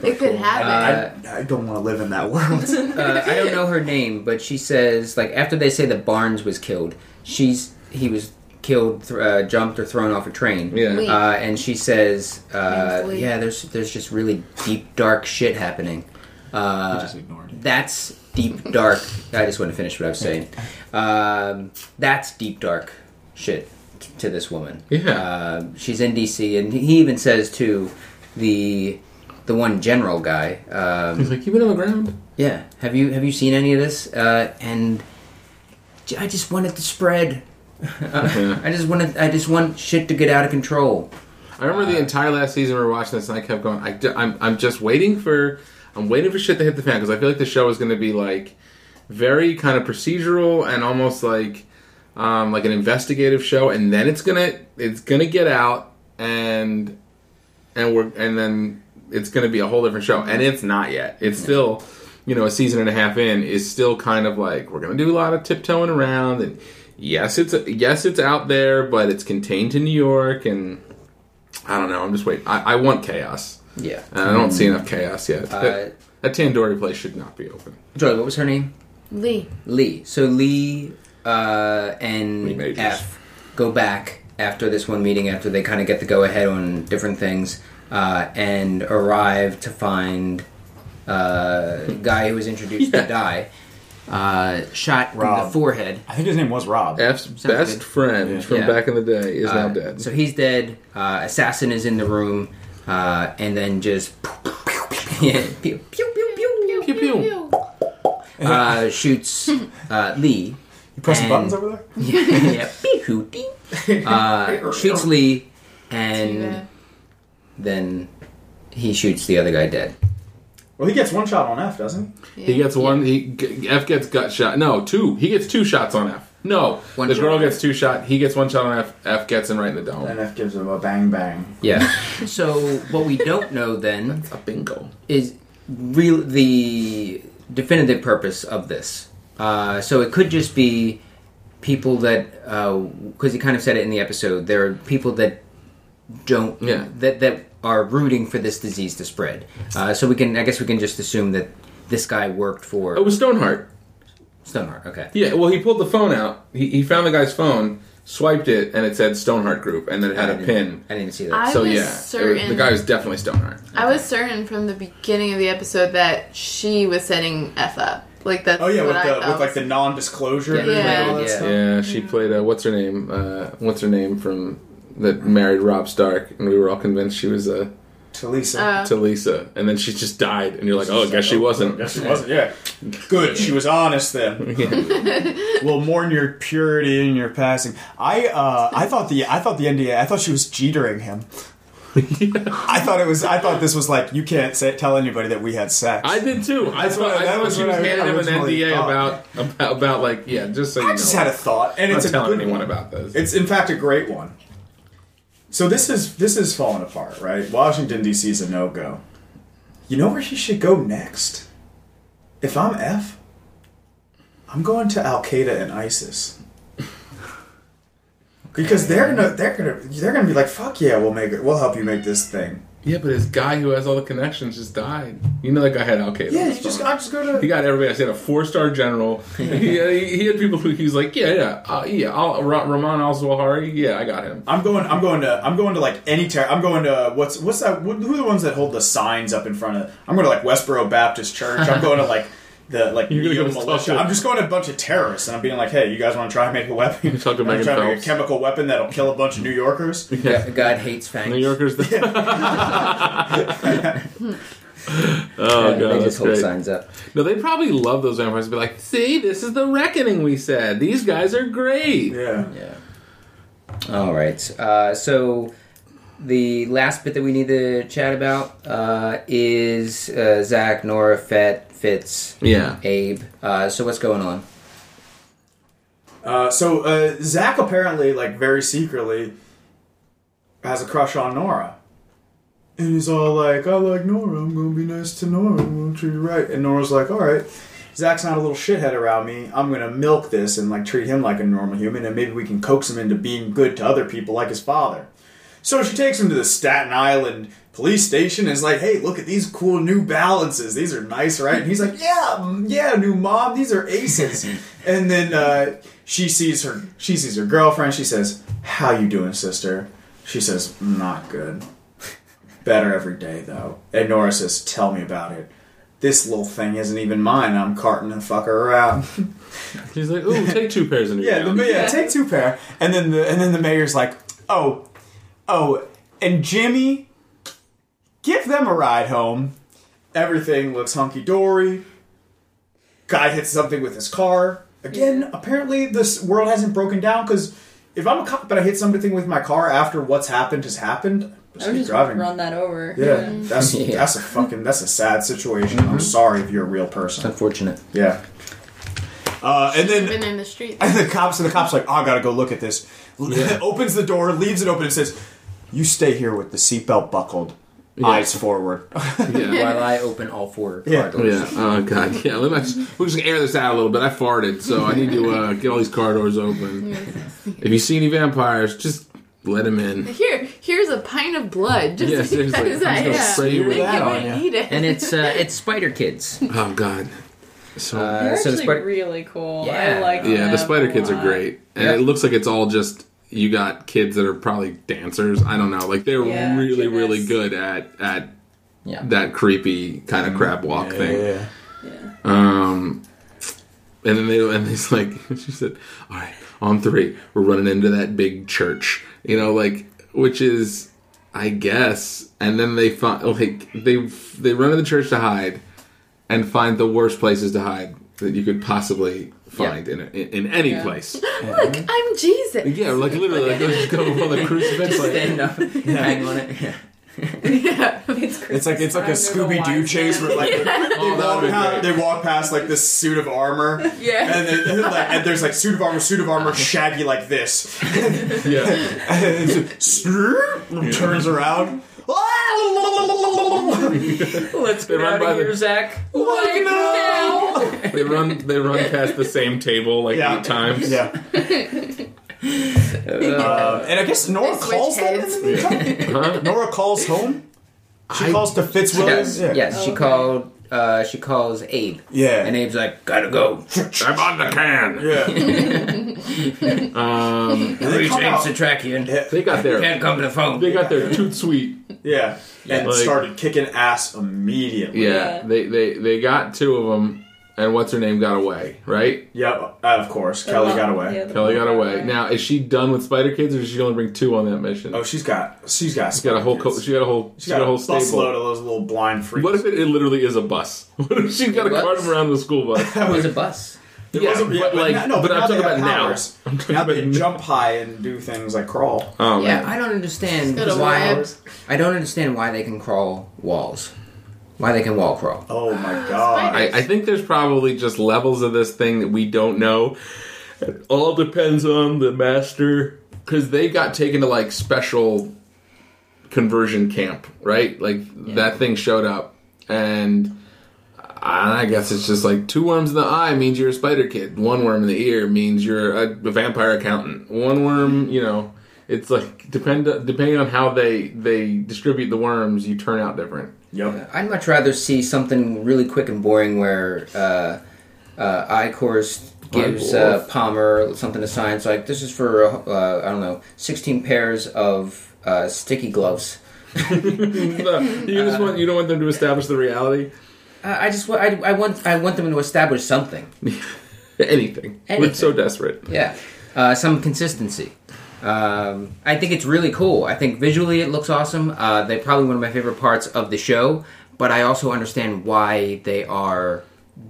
It could happen. I, I don't want to live in that world. Uh, I don't know her name, but she says like after they say that Barnes was killed, she's he was killed, th- uh, jumped or thrown off a train. Yeah. Wait. Uh, and she says, uh, Painfully. "Yeah, there's there's just really deep dark shit happening." Uh, just ignored it. That's deep dark. I just want to finish what I was saying. Um, that's deep dark shit t- to this woman. Yeah. Um, she's in DC, and he even says to the the one general guy. Um, He's like, you been on the ground? yeah. Have you have you seen any of this? Uh, and j- I just want it to spread. I just want it, I just want shit to get out of control. I remember the entire last season we were watching this, and I kept going. I, am I'm just waiting for I'm waiting for shit to hit the fan because I feel like the show is going to be like very kind of procedural and almost like um, like an investigative show, and then it's gonna it's gonna get out and and we're and then it's gonna be a whole different show, and it's not yet. It's still you know a season and a half in is still kind of like we're gonna do a lot of tiptoeing around and. Yes, it's yes, it's out there, but it's contained to New York, and I don't know. I'm just waiting. I, I want chaos, Yeah. and I don't see enough chaos yet. Uh, that, that Tandoori place should not be open. Joy, what was her name? Lee. Lee. So Lee uh, Lee and Majors. F go back after this one meeting, after they kind of get the go ahead on different things, uh, and arrive to find uh, guy who was introduced to die uh, shot in the Rob. forehead. I think his name was Rob. F's best good. friend Yeah. from Yeah. back in the day is now Uh, dead. So he's dead. Uh, assassin is in the room, uh, and then just Yeah, pew, pew, pew, pew, Pew, pew. pew. Uh, shoots uh, Lee. You pressing and- buttons over there? Yeah, yeah. Beep, hoo, ding. Uh, shoots Lee, Mm. Yeah. and then he shoots the other guy dead. Well, he gets one shot on F, doesn't he? he gets one. He g- F gets gut shot. No, two. He gets two shots on F. No, One the shot. girl gets two shot. He gets one shot on F. F gets him right in the and dome. F gives him a bang bang. Yeah. so what we don't know then It's a bingo. is real the definitive purpose of this. Uh, so it could just be people that because he kind of said it in the episode. There are people that don't Yeah. that that are rooting for this disease to spread. Uh, so we can I guess we can just assume that this guy worked for It was Stoneheart. Stoneheart. Okay. Yeah. Well, he pulled the phone out. He, he found the guy's phone, swiped it, and it said Stoneheart Group, and then it had I a didn't- pin. I didn't see that. I So was yeah, it was- certain the guy was definitely Stoneheart. I was certain from the beginning of the episode that she was setting F up. Like that's Oh yeah, what with I the thought. with like the non-disclosure and Yeah. all that Yeah. stuff. Yeah, she played uh, what's her name? Uh, what's her name from that married Rob Stark, and we were all convinced she was uh, To Lisa. Uh, to Lisa, and then she just died, and you're like, oh, I guess she wasn't. Yes, she wasn't. Yeah, good. She was honest then. we'll mourn your purity and your passing. I uh, I thought the I thought the NDA. I thought she was jeetering him. I thought it was. I thought this was like you can't say, tell anybody that we had sex. I did too. I That's thought, what I- I that thought was she what was I handing him an originally NDA thought. about, about about like yeah, just so you I just know. had a thought, and I'm it's not a good telling anyone one. about this. It's in fact a great one. So this is this is falling apart, right? Washington D.C. is a no go. You know where he should go next? If I'm F, I'm going to Al Qaeda and ISIS. Because they're gonna, they're gonna, they're gonna be like, "Fuck yeah, we'll make it. We'll help you make this thing." yeah, but this guy who has all the connections just died. You know that guy had Al Qaeda. Yeah, on you his just, phone. I just go to. He got everybody. I said a four-star general. he, he, he had people who he was like, yeah, yeah, uh, yeah. I'll, Ra- Rahman al-Zawahiri. Yeah, I got him. I'm going. I'm going to. I'm going to like any terror. I'm going to what's what's that? Who are the ones that hold the signs up in front of? I'm going to like Westboro Baptist Church. I'm going to like the like You're gonna go neo to militia. Tulsa. I'm just going to a bunch of terrorists, and I'm being like, hey, you guys want to try and make a weapon? You talk to And I'm Megan trying to make a Phelps. chemical weapon that'll kill a bunch of New Yorkers. God, God hates fangs. New Yorkers. oh Yeah, they god, that's just hold great. signs up. No, they probably love those vampires. and Be like, see, this is the reckoning we said. These guys are great. Yeah. Yeah. All right. Uh, so the last bit that we need to chat about uh, is uh, Zach, Nora, Fett, Fitz, Yeah. Abe. Uh, so what's going on? Uh, so uh, Zach apparently, like very secretly, has a crush on Nora, and he's all like, "I like Nora. I'm gonna be nice to Nora. I'm gonna treat her right." And Nora's like, "All right." Zach's not a little shithead around me. I'm gonna milk this and like treat him like a normal human, and maybe we can coax him into being good to other people like his father. So she takes him to the Staten Island police station and is like, hey, look at these cool new balances. These are nice, right? And he's like, yeah, mm, yeah, new mom, these are aces. and then uh, she sees her she sees her girlfriend. She says, how you doing, sister? She says, not good. Better every day, though. And Nora says, tell me about it. This little thing isn't even mine. I'm carting the fucker around. He's like, ooh, take two pairs in your Yeah, the, gown. yeah, take two pair. And then the and then the mayor's like, oh, oh, and Jimmy, give them a ride home. Everything looks hunky dory. Guy hits something with his car. Again, apparently this world hasn't broken down because if I'm a cop and I hit something with my car after what's happened has happened, I'm just I would keep just driving. run that over. Yeah, Mm-hmm. that's Yeah. that's a fucking that's a sad situation. I'm sorry if you're a real person. Unfortunate. Yeah. Uh, and then Been in the streets. and the cops and the cops like, oh, I gotta go look at this. Opens the door, leaves it open, and says, "You stay here with the seatbelt buckled, eyes forward." yeah. While I open all four Yeah. car doors. Yeah. Oh god. Yeah. Let me just, we're just gonna air this out a little bit. I farted, so I need to uh, get all these car doors open. If you see any vampires, just let them in. Here, here's a pint of blood. Just Yeah, because seriously. I'm just I gonna yeah. spray you with Think that you on might ya. need it. And it's uh, it's Spider Kids. Oh god. So Uh, They're so the actually spider- really cool. Yeah. I like yeah, them the Spider a Kids are lot. great, and Yeah. it looks like it's all just you got kids that are probably dancers. I don't know. Like they're Yeah, really, gymnasts. really good at at yeah. that creepy kind of crab walk thing. Mm-hmm. Yeah. Um, and then they and he's like, she said, "All right, on three, we're running into that big church, you know, like which is, I guess." And then they find like they they run to the church to hide, and find the worst places to hide that you could possibly find in, a, in in any place. Look, I'm Jesus. Yeah, like literally, like just go on the crucifix. Like, Stand up, hang on it. Yeah. Yeah. It's, It's Christmas like it's like a time, they're the Scooby Doo wise chase men. where like Oh, they, that walk would've been past, great. they walk past like this suit of armor, Yeah. and, then, and, like, and there's like suit of armor, suit of armor, shaggy like this, yeah, and it's like, turns around. Let's get run out by of the- here, Zach. Like now. they run they run past the same table like Yeah. eight times. Yeah. Um, and I guess Nora They switch calls them. in the heads. meantime. Huh? Nora calls home. She calls to Fitzwilliams. Yes, Yeah. yes. She Okay. called. Uh, she calls Abe, Yeah. and Abe's like, "Gotta go." I'm on the can. yeah. And Um, they Reach come Abe out. Satrakian. they got their Can't come to the phone. They got their toot sweet. Yeah. And Like- started kicking ass immediately. Yeah, Yeah. They, they they got two of them, and what's her name got away, right? Yep. Uh, of course. Kelly got away. Yeah, the Kelly got mom away. Now is she done with Spider Kids, or did she only bring two on that mission? Oh, she's got. She's got. she got a whole. Co- she got a whole. She, she's got, a whole busload stable. of those little blind freaks. What if it, it literally is a bus? What if she's got to What? cart them around the school bus? It was a bus. It yeah, wasn't- but like- but I'm now talking they have about now. powers. I'm talking Now they about now. jump high and do things like crawl. Oh Yeah. man. I don't understand Got a why. wild- I don't understand why they can crawl walls. Why they can wall crawl. Oh my god. spiders. I, I think there's probably just levels of this thing that we don't know. It all depends on the master because they got taken to like special conversion camp, right? Like that thing showed up, and I guess it's just like two worms in the eye means you're a spider kid. One worm in the ear means you're a, a vampire accountant. One worm, you know, it's like depend depending on how they they distribute the worms, you turn out different. Yep. I'd much rather see something really quick and boring where uh, uh, iCourse gives uh, Palmer something to sign. It's like, this is for, uh, I don't know, 16 pairs of uh, sticky gloves. No, you just want you don't want them to establish the reality. I I just wa- I, I want I want them to establish something. Anything. We're Anything. so desperate. Yeah, uh, some consistency. Um, I think it's really cool. I think visually it looks awesome. Uh, they're probably one of my favorite parts of the show, but I also understand why they are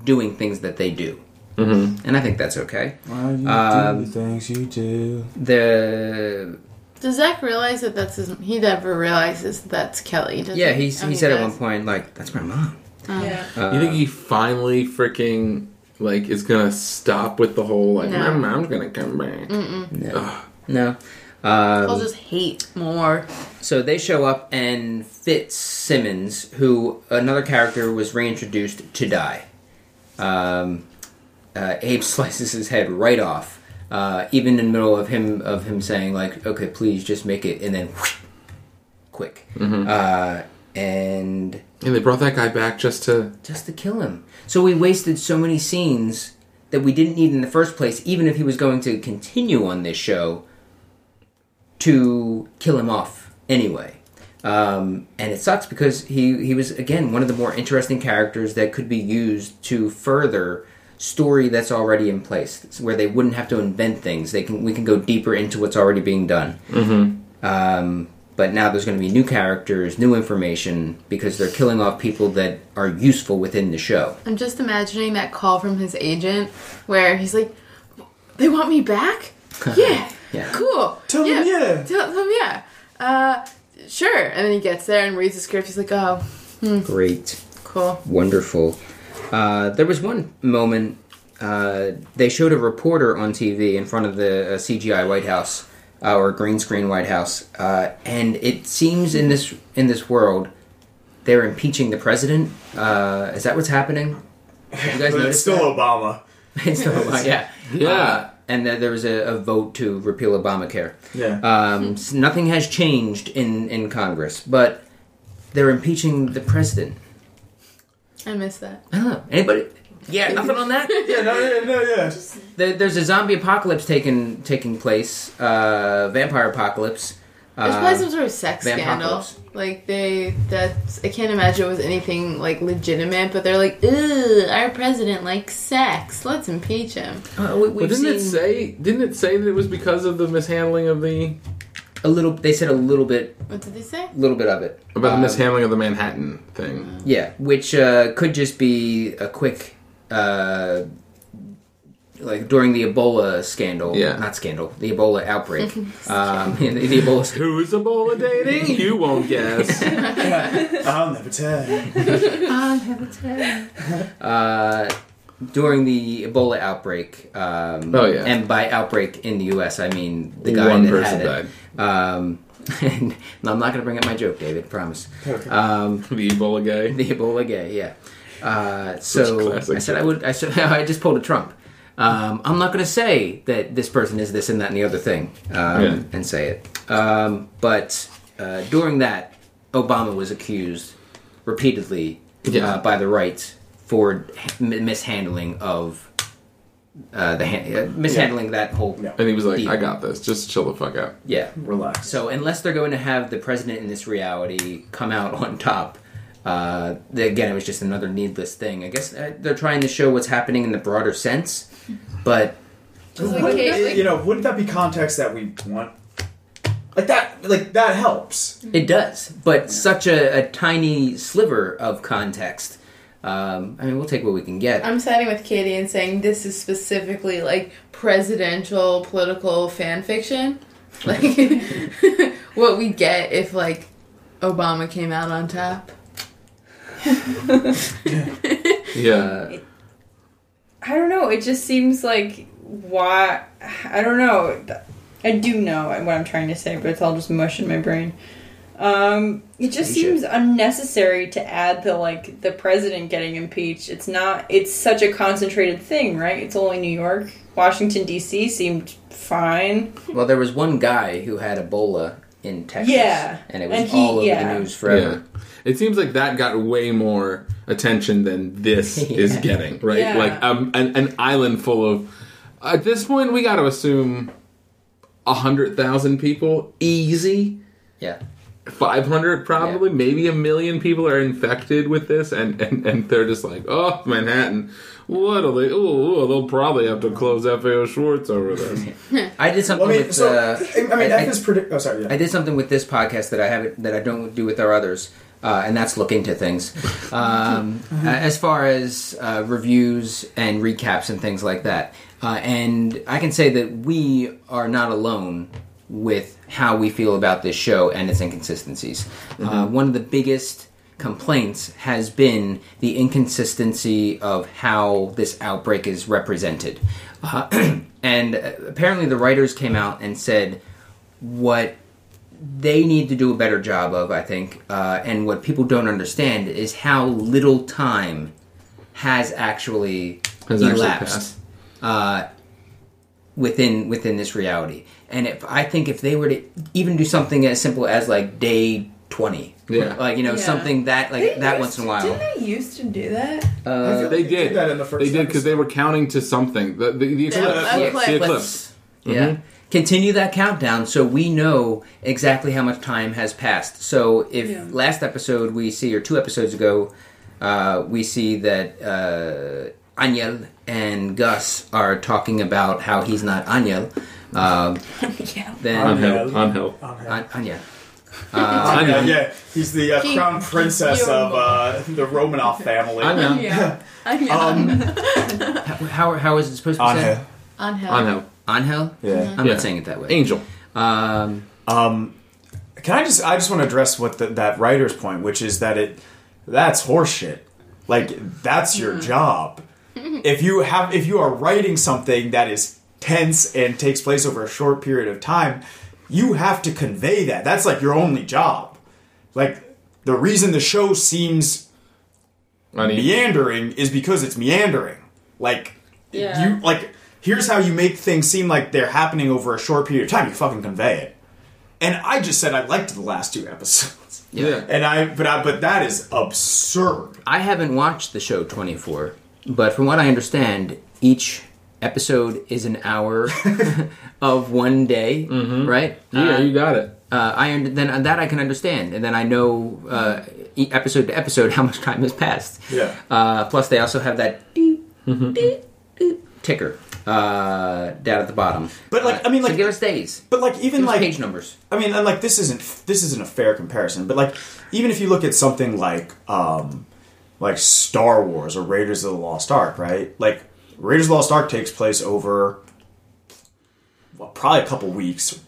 doing things that they do, mm-hmm. and I think that's okay. Um, things you do. The Does Zach realize that that's his? He never realizes that's Kelly. Does yeah, he, he Oh, he said at does. one point like, "That's my mom." Yeah. you think he finally freaking like is gonna stop with the whole like No. my mom's gonna come back. No. Uh, I'll just hate more. So they show up, and Fitzsimmons, who another character was reintroduced to die, Um, uh, Abe slices his head right off, uh, even in the middle of him of him saying like, "Okay, please just make it," and then quick, uh, and And they brought that guy back just to. just to kill him. So we wasted so many scenes that we didn't need in the first place, even if he was going to continue on this show to kill him off anyway. Um, and it sucks because he, he was, again, one of the more interesting characters that could be used to further story that's already in place It's where they wouldn't have to invent things they can we can go deeper into what's already being done um, but now there's going to be new characters, new information, because they're killing off people that are useful within the show. I'm just imagining that call from his agent where he's like, "They want me back? Yeah, Yeah. cool. Tell them yeah." Tell them yeah. Uh, sure." And then he gets there and reads the script. He's like, "Oh, Great. cool." Wonderful. Uh, there was one moment uh, they showed a reporter on TV in front of the uh, CGI White House uh, or green screen White House, uh, and it seems in this in this world they're impeaching the president. Uh, is that what's happening? Have you guys But it's noticed still that? Obama. It's still Obama, yeah. Yeah. Uh, and there there was a, a vote to repeal Obamacare. Yeah. Um, s- nothing has changed in, in Congress, but they're impeaching the president. I miss that. I don't know. Anybody? Yeah, nothing on that? yeah, no, yeah, no, yeah. There, there's a zombie apocalypse taking, taking place, uh, vampire apocalypse. There's Uh, probably some sort of sex Vampocalypse. scandal. Like they, that's I can't imagine it was anything like legitimate, but they're like, "Ugh, our president likes sex. Let's impeach him." uh, we, we've But didn't it seen say? Didn't it say that it was because of the mishandling of the a little. They said a little bit, What did they say? little bit of it. Um, about the mishandling of the Manhattan thing? Yeah, which uh, could just be a quick, uh, like during the Ebola scandal. Yeah. not scandal. The Ebola outbreak. um, the, the Ebola. sc- Who is Ebola dating? you won't guess. I'll never tell. Uh, during the Ebola outbreak. Um, Oh, yeah. And by outbreak in the U.S., I mean the guy One that person had it. Um, and I'm not going to bring up my joke, David. Promise. Um, the Ebola guy. The Ebola gay, yeah. Uh, Such a so classic I said I would. I said I just pulled a Trump. Um, I'm not going to say that this person is this and that and the other thing, um, Yeah. and say it. Um, but uh, during that, Obama was accused repeatedly Yeah. uh, by the right for m- mishandling of uh, the han- uh, mishandling that whole. Yeah. And he was like, The- "I got this. Just chill the fuck out." yeah. Relax. So unless they're going to have the president in this reality come out on top, uh, again, it was just another needless thing. I guess uh, they're trying to show what's happening in the broader sense, but like, Wouldn't okay, that- like- you know, wouldn't that be context that we want? Like that, like that helps. it does. But such a, a tiny sliver of context. Um, I mean, we'll take what we can Um, get. I'm siding with Katie and saying this is specifically like presidential political fan fiction. Like what we get if like Obama came out on top. Yeah. I don't know. It just seems like why I don't know. I do know what I'm trying to say, but it's all just mush in my brain. Um, it just seems unnecessary to add the like the president getting impeached. It's not. It's such a concentrated thing, right? It's only New York, Washington D.C. seemed fine. Well, there was one guy who had Ebola in Texas, Yeah. and it was And he- all over yeah. the news yeah. forever. It seems like that got way more attention than this is Yeah. getting, right? Yeah. Like um, an, an island full of. At this point, we got to assume a hundred thousand people, easy. Yeah, 500 probably maybe a million people are infected with this and, and, and they're just like oh manhattan what'll they oh oh, they'll probably have to close fao schwartz over this I did something Well, I mean, with. so uh, I mean, I- that I- is pretty. Oh, sorry. Yeah. I did something with this podcast that I haven't that I don't do with our others, uh, and that's look into things. Um, uh, As far as uh, reviews and recaps and things like that, uh, and I can say that we are not alone with how we feel about this show and its inconsistencies. Uh, one of the biggest complaints has been the inconsistency of how this outbreak is represented. Uh, and uh, apparently, the writers came out and said what they need to do a better job of, I think, uh, and what people don't understand is how little time has actually Has actually passed. elapsed uh, within within this reality. And if I think if they were to even do something as simple as like day twenty, Yeah. like you know Yeah. something that like They that used- once in a while. Didn't they used to do that? I feel Uh, They like did. that in the first. they did because they were counting to something. The, the, the eclipse. eclipse. The Eclipse. eclipse. Mm-hmm. Yeah. Continue that countdown so we know exactly how much time has passed. So if Yeah. last episode we see, or two episodes ago, uh, we see that uh, Aniel and Gus are talking about how he's not Aniel, um, yeah. Um, then Angel. Angel. Angel. episode. An- Anya. Okay. yeah, Angel. yeah, he's the uh, He- crown he's princess your of uh, the Romanov family. Angel. Yeah. I know. Um, How, how is it supposed to be said? On hell. Angel. Angel? Yeah. I'm Yeah. not saying it that way. Angel. Um, Can I just? I just want to address what the, that writer's point, which is that it that's horseshit. Like that's your job. if you have, if you are writing something that is tense and takes place over a short period of time, you have to convey that. That's like your only job. Like the reason the show seems Angel. meandering is because it's meandering. Like Yeah. you like here's how you make things seem like they're happening over a short period of time. You fucking convey it. And I just said I liked the last two episodes. Yeah. And I but I but that is absurd. I haven't watched the show 24, but from what I understand, each episode is an hour of one day, Mm-hmm. right? Yeah, Uh, you got it. uh, I under- then that I can understand, and then I know uh, e- episode to episode how much time has passed. Yeah. Mm-hmm. Uh, plus, they also have that doot, doot, doot ticker uh, down at the bottom. But, like, Uh, I mean, so like- give us days, But like even give us like page numbers. I mean, and like this isn't this isn't a fair comparison, but like even if you look at something like um like Star Wars or Raiders of the Lost Ark, right? Like Raiders of the Lost Ark takes place over well, probably a couple weeks.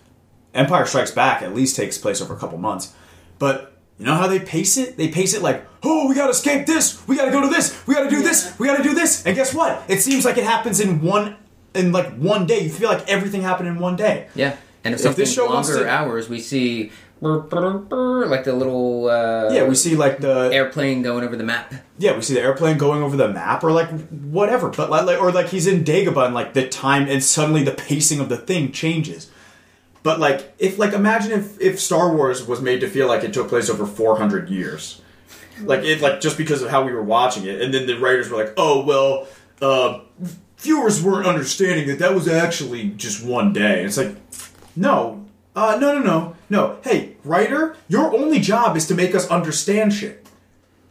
Empire Strikes Back at least takes place over a couple months. But you know how they pace it? They pace it like, "Oh, we got to escape this. We got to go to this. We got to do this. We got to do this." And guess what? It seems like it happens in one in like one day. You feel like everything happened in one day. Yeah, and if, If something this show wants longer to- hours, we see brr, brr, brr, like the little uh, Yeah, we see like the airplane going over the map. yeah, we see the airplane going over the map or like whatever, but like, like or like he's in Dagobah and like the time and suddenly the pacing of the thing changes. But like if like imagine if if Star Wars was made to feel like it took place over 400 years. Like it like just because of how we were watching it and then the writers were like, "Oh, well, uh viewers weren't understanding that that was actually just one day." And it's like, "No. Uh no, no, no. No. Hey, writer, your only job is to make us understand shit."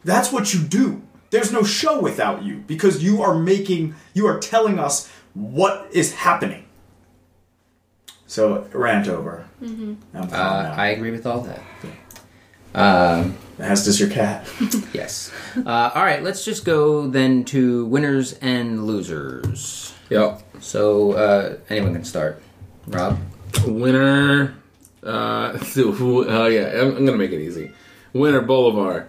That's what you do. There's no show without you because you are making, you are telling us what is happening. So rant over. I'm calm Uh, Ah. now. I agree with all that. As does your cat. Yes. Uh, all right, let's just go then to winners and losers. Yep. So uh, anyone can start. Rob. Winner. Uh, so who- oh yeah, I'm, I'm gonna make it easy. Winner Bolivar.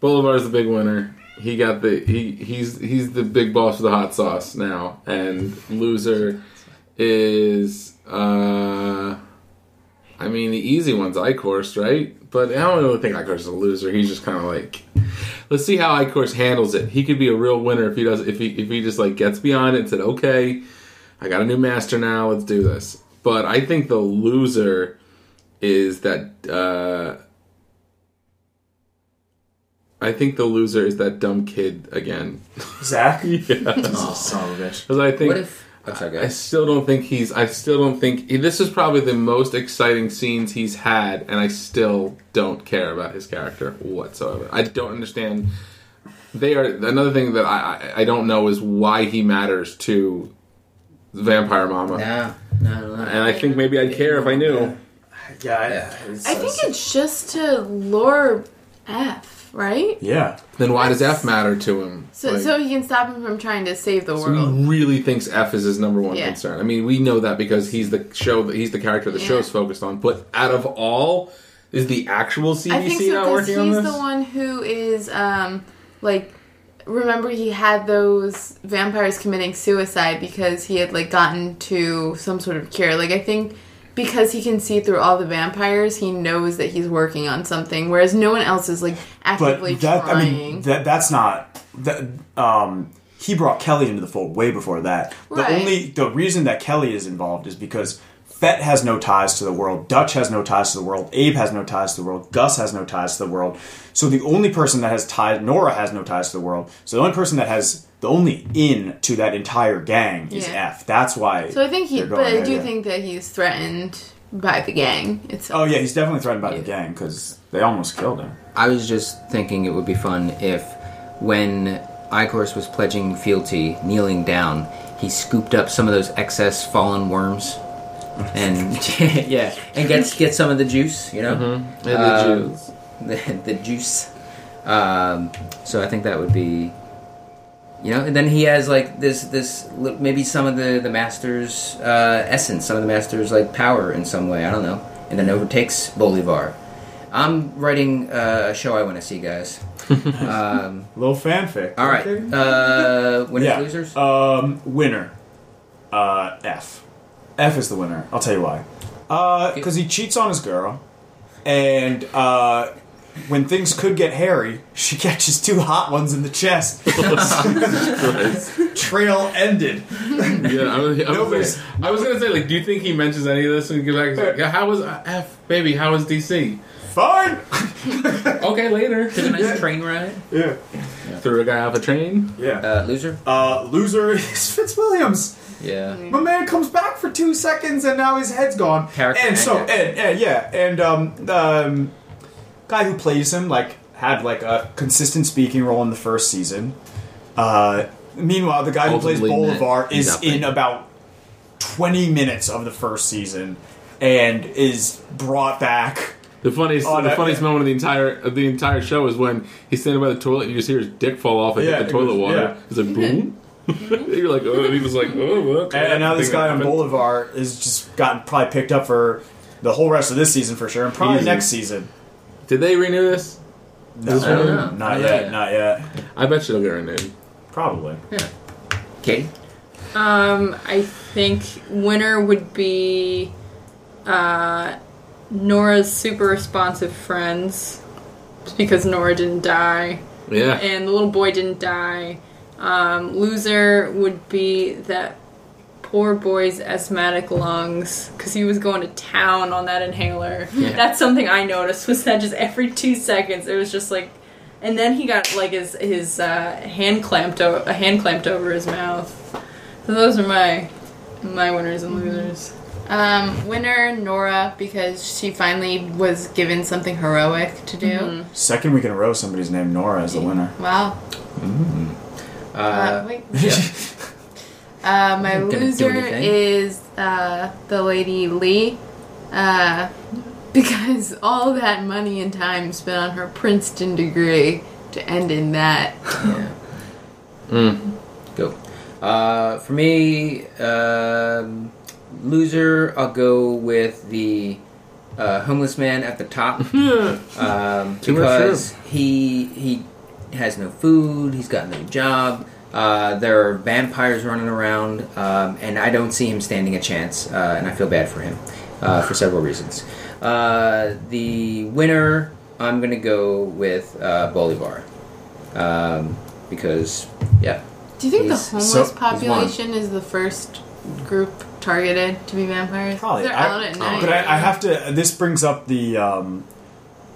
Bolivar's the big winner. He got the he he's he's the big boss of the hot sauce now. And loser is uh, I mean the easy one's Icorse, right? But I don't really think Icorse is a loser. He's just kind of like, let's see how Icorse handles it. He could be a real winner if he does if he if he just like gets beyond it and said okay. I got a new master now. Let's do this. But I think the loser is that. Uh, I think the loser is that dumb kid again. Zach? Because Oh, son of a bitch. I think What if? I'm sorry, I guys. still don't think he's. I still don't think this is probably the most exciting scenes he's had, and I still don't care about his character whatsoever. I don't understand. They are another thing that I I, I don't know is why he matters to Vampire Mama. No, no, no. And I think maybe I'd care if I knew. Yeah. I, I think it's just to lure F, right? Yeah. Then why does F matter to him? So Like, so he can stop him from trying to save the so world. he really thinks F is his number one Yeah. concern. I mean, we know that because he's the show, that he's the character the Yeah. show's focused on. But out of all, is the actual CBC I think not so because working on he's this? the one who is um like remember he had those vampires committing suicide because he had like gotten to some sort of cure. Like I think because he can see through all the vampires, he knows that he's working on something, whereas no one else is like But actively that, I trying. mean, that, that's not the, um, he brought Kelly into the fold way before that. Right. The only the reason that Kelly is involved is because Fett has no ties to the world, Dutch has no ties to the world, Abe has no ties to the world, Gus has no ties to the world. So the only person that has ties, Nora has no ties to the world. So the only person that has the only in to that entire gang is Yeah. F. That's why. So I think he, they're but going I there, do yeah. think that he's threatened by the gang itself. Oh yeah, he's definitely threatened by the gang because they almost killed him. I was just thinking it would be fun if, when Icorus was pledging fealty, kneeling down, he scooped up some of those excess fallen worms, and yeah, and gets gets some of the juice, you know, And the Uh, Jews. the, the juice. Um, so I think that would be, you know, and then he has like this this li- maybe some of the the master's uh, essence, some of the master's like power in some way. I don't know, and then overtakes Bolivar. I'm writing uh, a show I want to see, guys. um, Little fanfic. all right, Okay. uh, winners yeah. losers. Um, winner. Uh, F. F is the winner. I'll tell you why. Because he cheats on his girl, and uh, when things could get hairy, she catches two hot ones in the chest. Trail ended. Yeah, I was, I, was Nobody's- gonna, I was gonna say, like, do you think he mentions any of this when you get back? He's like, yeah, how was uh, F, baby? How was DC? Fine. Okay, later. Took a nice train ride. Yeah. Threw a guy off a train. Yeah. Uh, loser. Uh, loser is Fitzwilliams. Yeah. My man comes back for two seconds, and now his head's gone. Character and so, actor. and, and yeah, and um, the um, guy who plays him like had like a consistent speaking role in the first season. Uh, meanwhile, the guy who plays Ultimately meant Bolivar is nothing. in about twenty minutes of the first season, and is brought back. The funniest, Oh, the that- funniest moment of the entire of the entire show is when he's standing by the toilet and you just hear his dick fall off and Yeah, hit it the toilet was- water. yeah. It's like boom. You're like, oh, and he was like, oh, okay. And, and now this Thing guy on happened. Bolivar is just gotten probably picked up for the whole rest of this season for sure, and probably Easy. next season. Did they renew this? No, one? No. not Yeah. yet, not yet. I bet you they'll get renewed. Probably. Katie. Um, I think winner would be uh, Nora's super responsive friends, just because Nora didn't die Yeah. and the little boy didn't die. Um, loser would be that poor boy's asthmatic lungs because he was going to town on that inhaler. That's something I noticed was that just every two seconds it was just like, and then he got like his his uh, hand clamped o- a hand clamped over his mouth. So those are my my winners and losers. Um, winner Nora because she finally was given something heroic to do. Second week in a row, somebody's named Nora as the winner. Wow. Mm-hmm. Uh, wait. Uh, my Didn't do loser anything. is uh, the lady Lee, uh, because all that money and time spent on her Princeton degree to end in that. Yeah. Go. Uh, for me, um, loser, I'll go with the uh, homeless man at the top um, Too much because he he has no food, he's got no job. Uh, there are vampires running around, um, and I don't see him standing a chance. Uh, and I feel bad for him uh, for several reasons. Uh, the winner, I'm gonna go with uh, Bolivar um, because yeah, Do you think He's- the homeless so- population is the first group targeted to be vampires? Probably. They're I- Oh, out at night. But I, I have to. This brings up the. Um,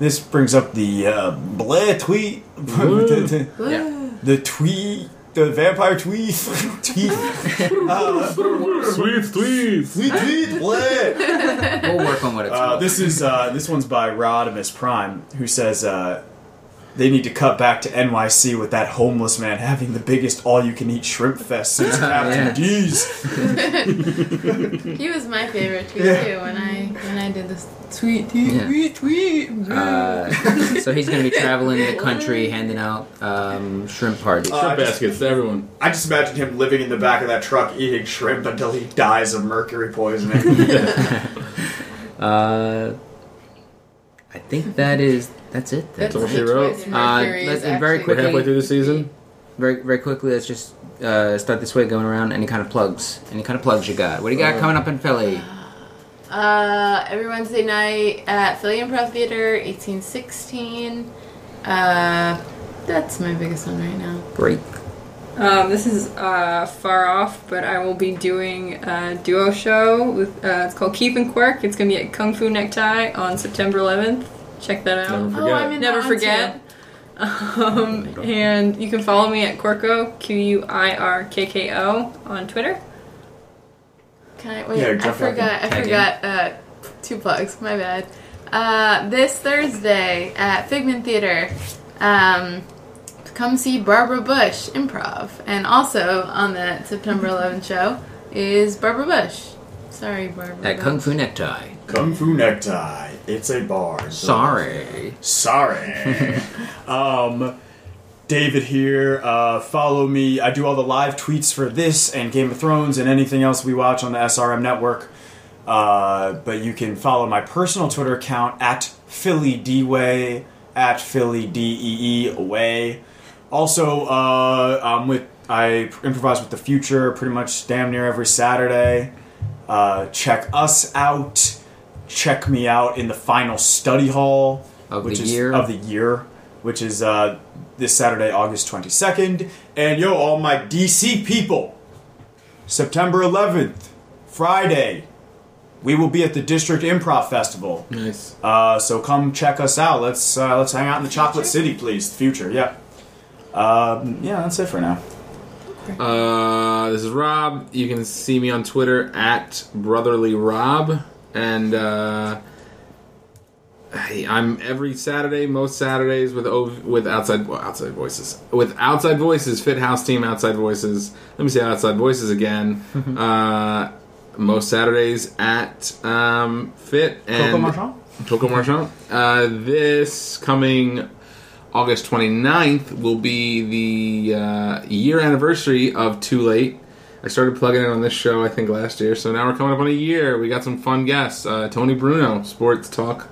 this brings up the uh, bleh tweet. the, Ooh. Yeah. the tweet. The vampire tweet. tweet. Sweet tweets. Tweet. Tweet. Bleh. we'll work on what it's Uh, called. this is uh, this one's by Rodimus Prime, who says uh, they need to cut back to NYC with that homeless man having the biggest all-you-can-eat shrimp fest since Captain Yeah. D's. He was my favorite tweet Yeah. too when I when I did this tweet tweet Yeah. tweet tweet. Uh, so he's going to be traveling the country, handing out um, shrimp parties. Uh, Shrimp baskets to everyone. I just imagined him living in the back of that truck eating shrimp until he dies of mercury poisoning. Uh, I think that is that's it. Then. what they wrote. Uh, Mercury let's- is and very actually- We're quickly- halfway through the season. Very very quickly, let's just uh, start this way, going around. Any kind of plugs? Any kind of plugs you got? What do you got coming up in Philly? Uh, every Wednesday night at Philly Improv Theater, 1816. Uh, That's my biggest one right now. Great. Um, this is uh, far off, but I will be doing a duo show with. Uh, it's called Keep and Quirk. It's going to be at Kung Fu Necktie on September 11th. Check that out. Never Oh, I'm in Never that one, forget. Um, and you can follow me at Quirko, Q U I R K K O, on Twitter. too. Can I wait? Yeah, I jump back in. forgot. I Tag in. forgot. Uh, two plugs. My bad. Uh, this Thursday at Figment Theater, um, come see Barbara Bush improv, and also on the September 11th show is Barbara Bush. Sorry, Barbara. That Kung Fu Necktie. Kung Fu Necktie. It's a bar. Sorry. Sorry. um, David here. Uh, follow me. I do all the live tweets for this and Game of Thrones and anything else we watch on the SRM network. Uh, but you can follow my personal Twitter account at Philly Dway at Philly D E E away. Also, uh, I'm with I improvise with the future pretty much damn near every Saturday. Uh, check us out. Check me out in the final study hall Of which the is year. of the year, which is uh, this Saturday, August 22nd. And yo, all my DC people, September 11th, Friday, we will be at the District Improv Festival. Nice. Uh, so come check us out. Let's uh, let's hang out in the Chocolate City, please. Future, yeah. Um, yeah, that's it for now. Uh, this is Rob. You can see me on Twitter at brotherly Rob, and uh, hey, I'm every Saturday, most Saturdays with o- with outside well, outside voices with outside voices, Fit House Team, outside voices. Let me say outside voices again. uh, most Saturdays at um, Fit and Coco Marchand? Coco Marchand. Uh, this coming August 29th will be the uh, year anniversary of Too Late. I started plugging in on this show, I think, last year, so now we're coming up on a year. We got some fun guests. Uh, Tony Bruno, sports talk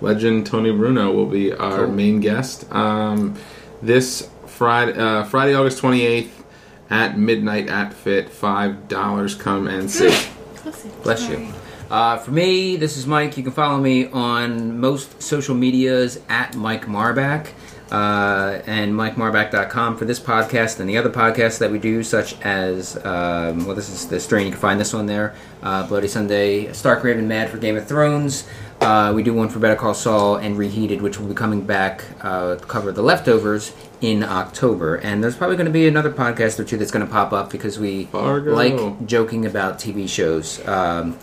legend Tony Bruno, will be our main guest. Um, this Friday, uh, Friday, August 28th at midnight at Fit. $5. Come and see. Bless you. Uh, for me, this is Mike. You can follow me on most social medias at Mike Marback uh, and MikeMarback.com for this podcast and the other podcasts that we do, such as, um, well, this is the strain. You can find this on there. Uh, Bloody Sunday, Stark Raven Mad for Game of Thrones. Uh, we do one for Better Call Saul and Reheated, which will be coming back uh, to cover the leftovers in October. And there's probably going to be another podcast or two that's going to pop up because we Fargo. like joking about TV shows. Um,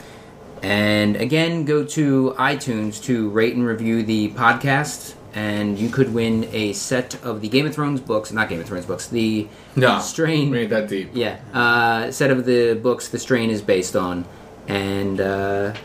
and again, go to iTunes to rate and review the podcast, and you could win a set of the Game of Thrones books, not Game of Thrones books, the Strain. We ain't that deep. Yeah, uh, set of the books The Strain is based on, and uh,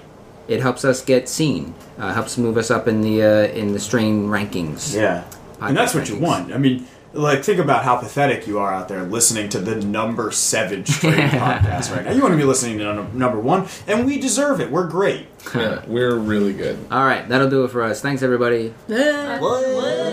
it helps us get seen. Uh, helps move us up in the uh, in the Strain rankings. Yeah. and that's what you rankings. want. I mean, like, think about how pathetic you are out there listening to the number seven straight podcast right now. You want to be listening to num- number one, and we deserve it. We're great. Yeah, we're really good. All right, that'll do it for us. Thanks, everybody. What?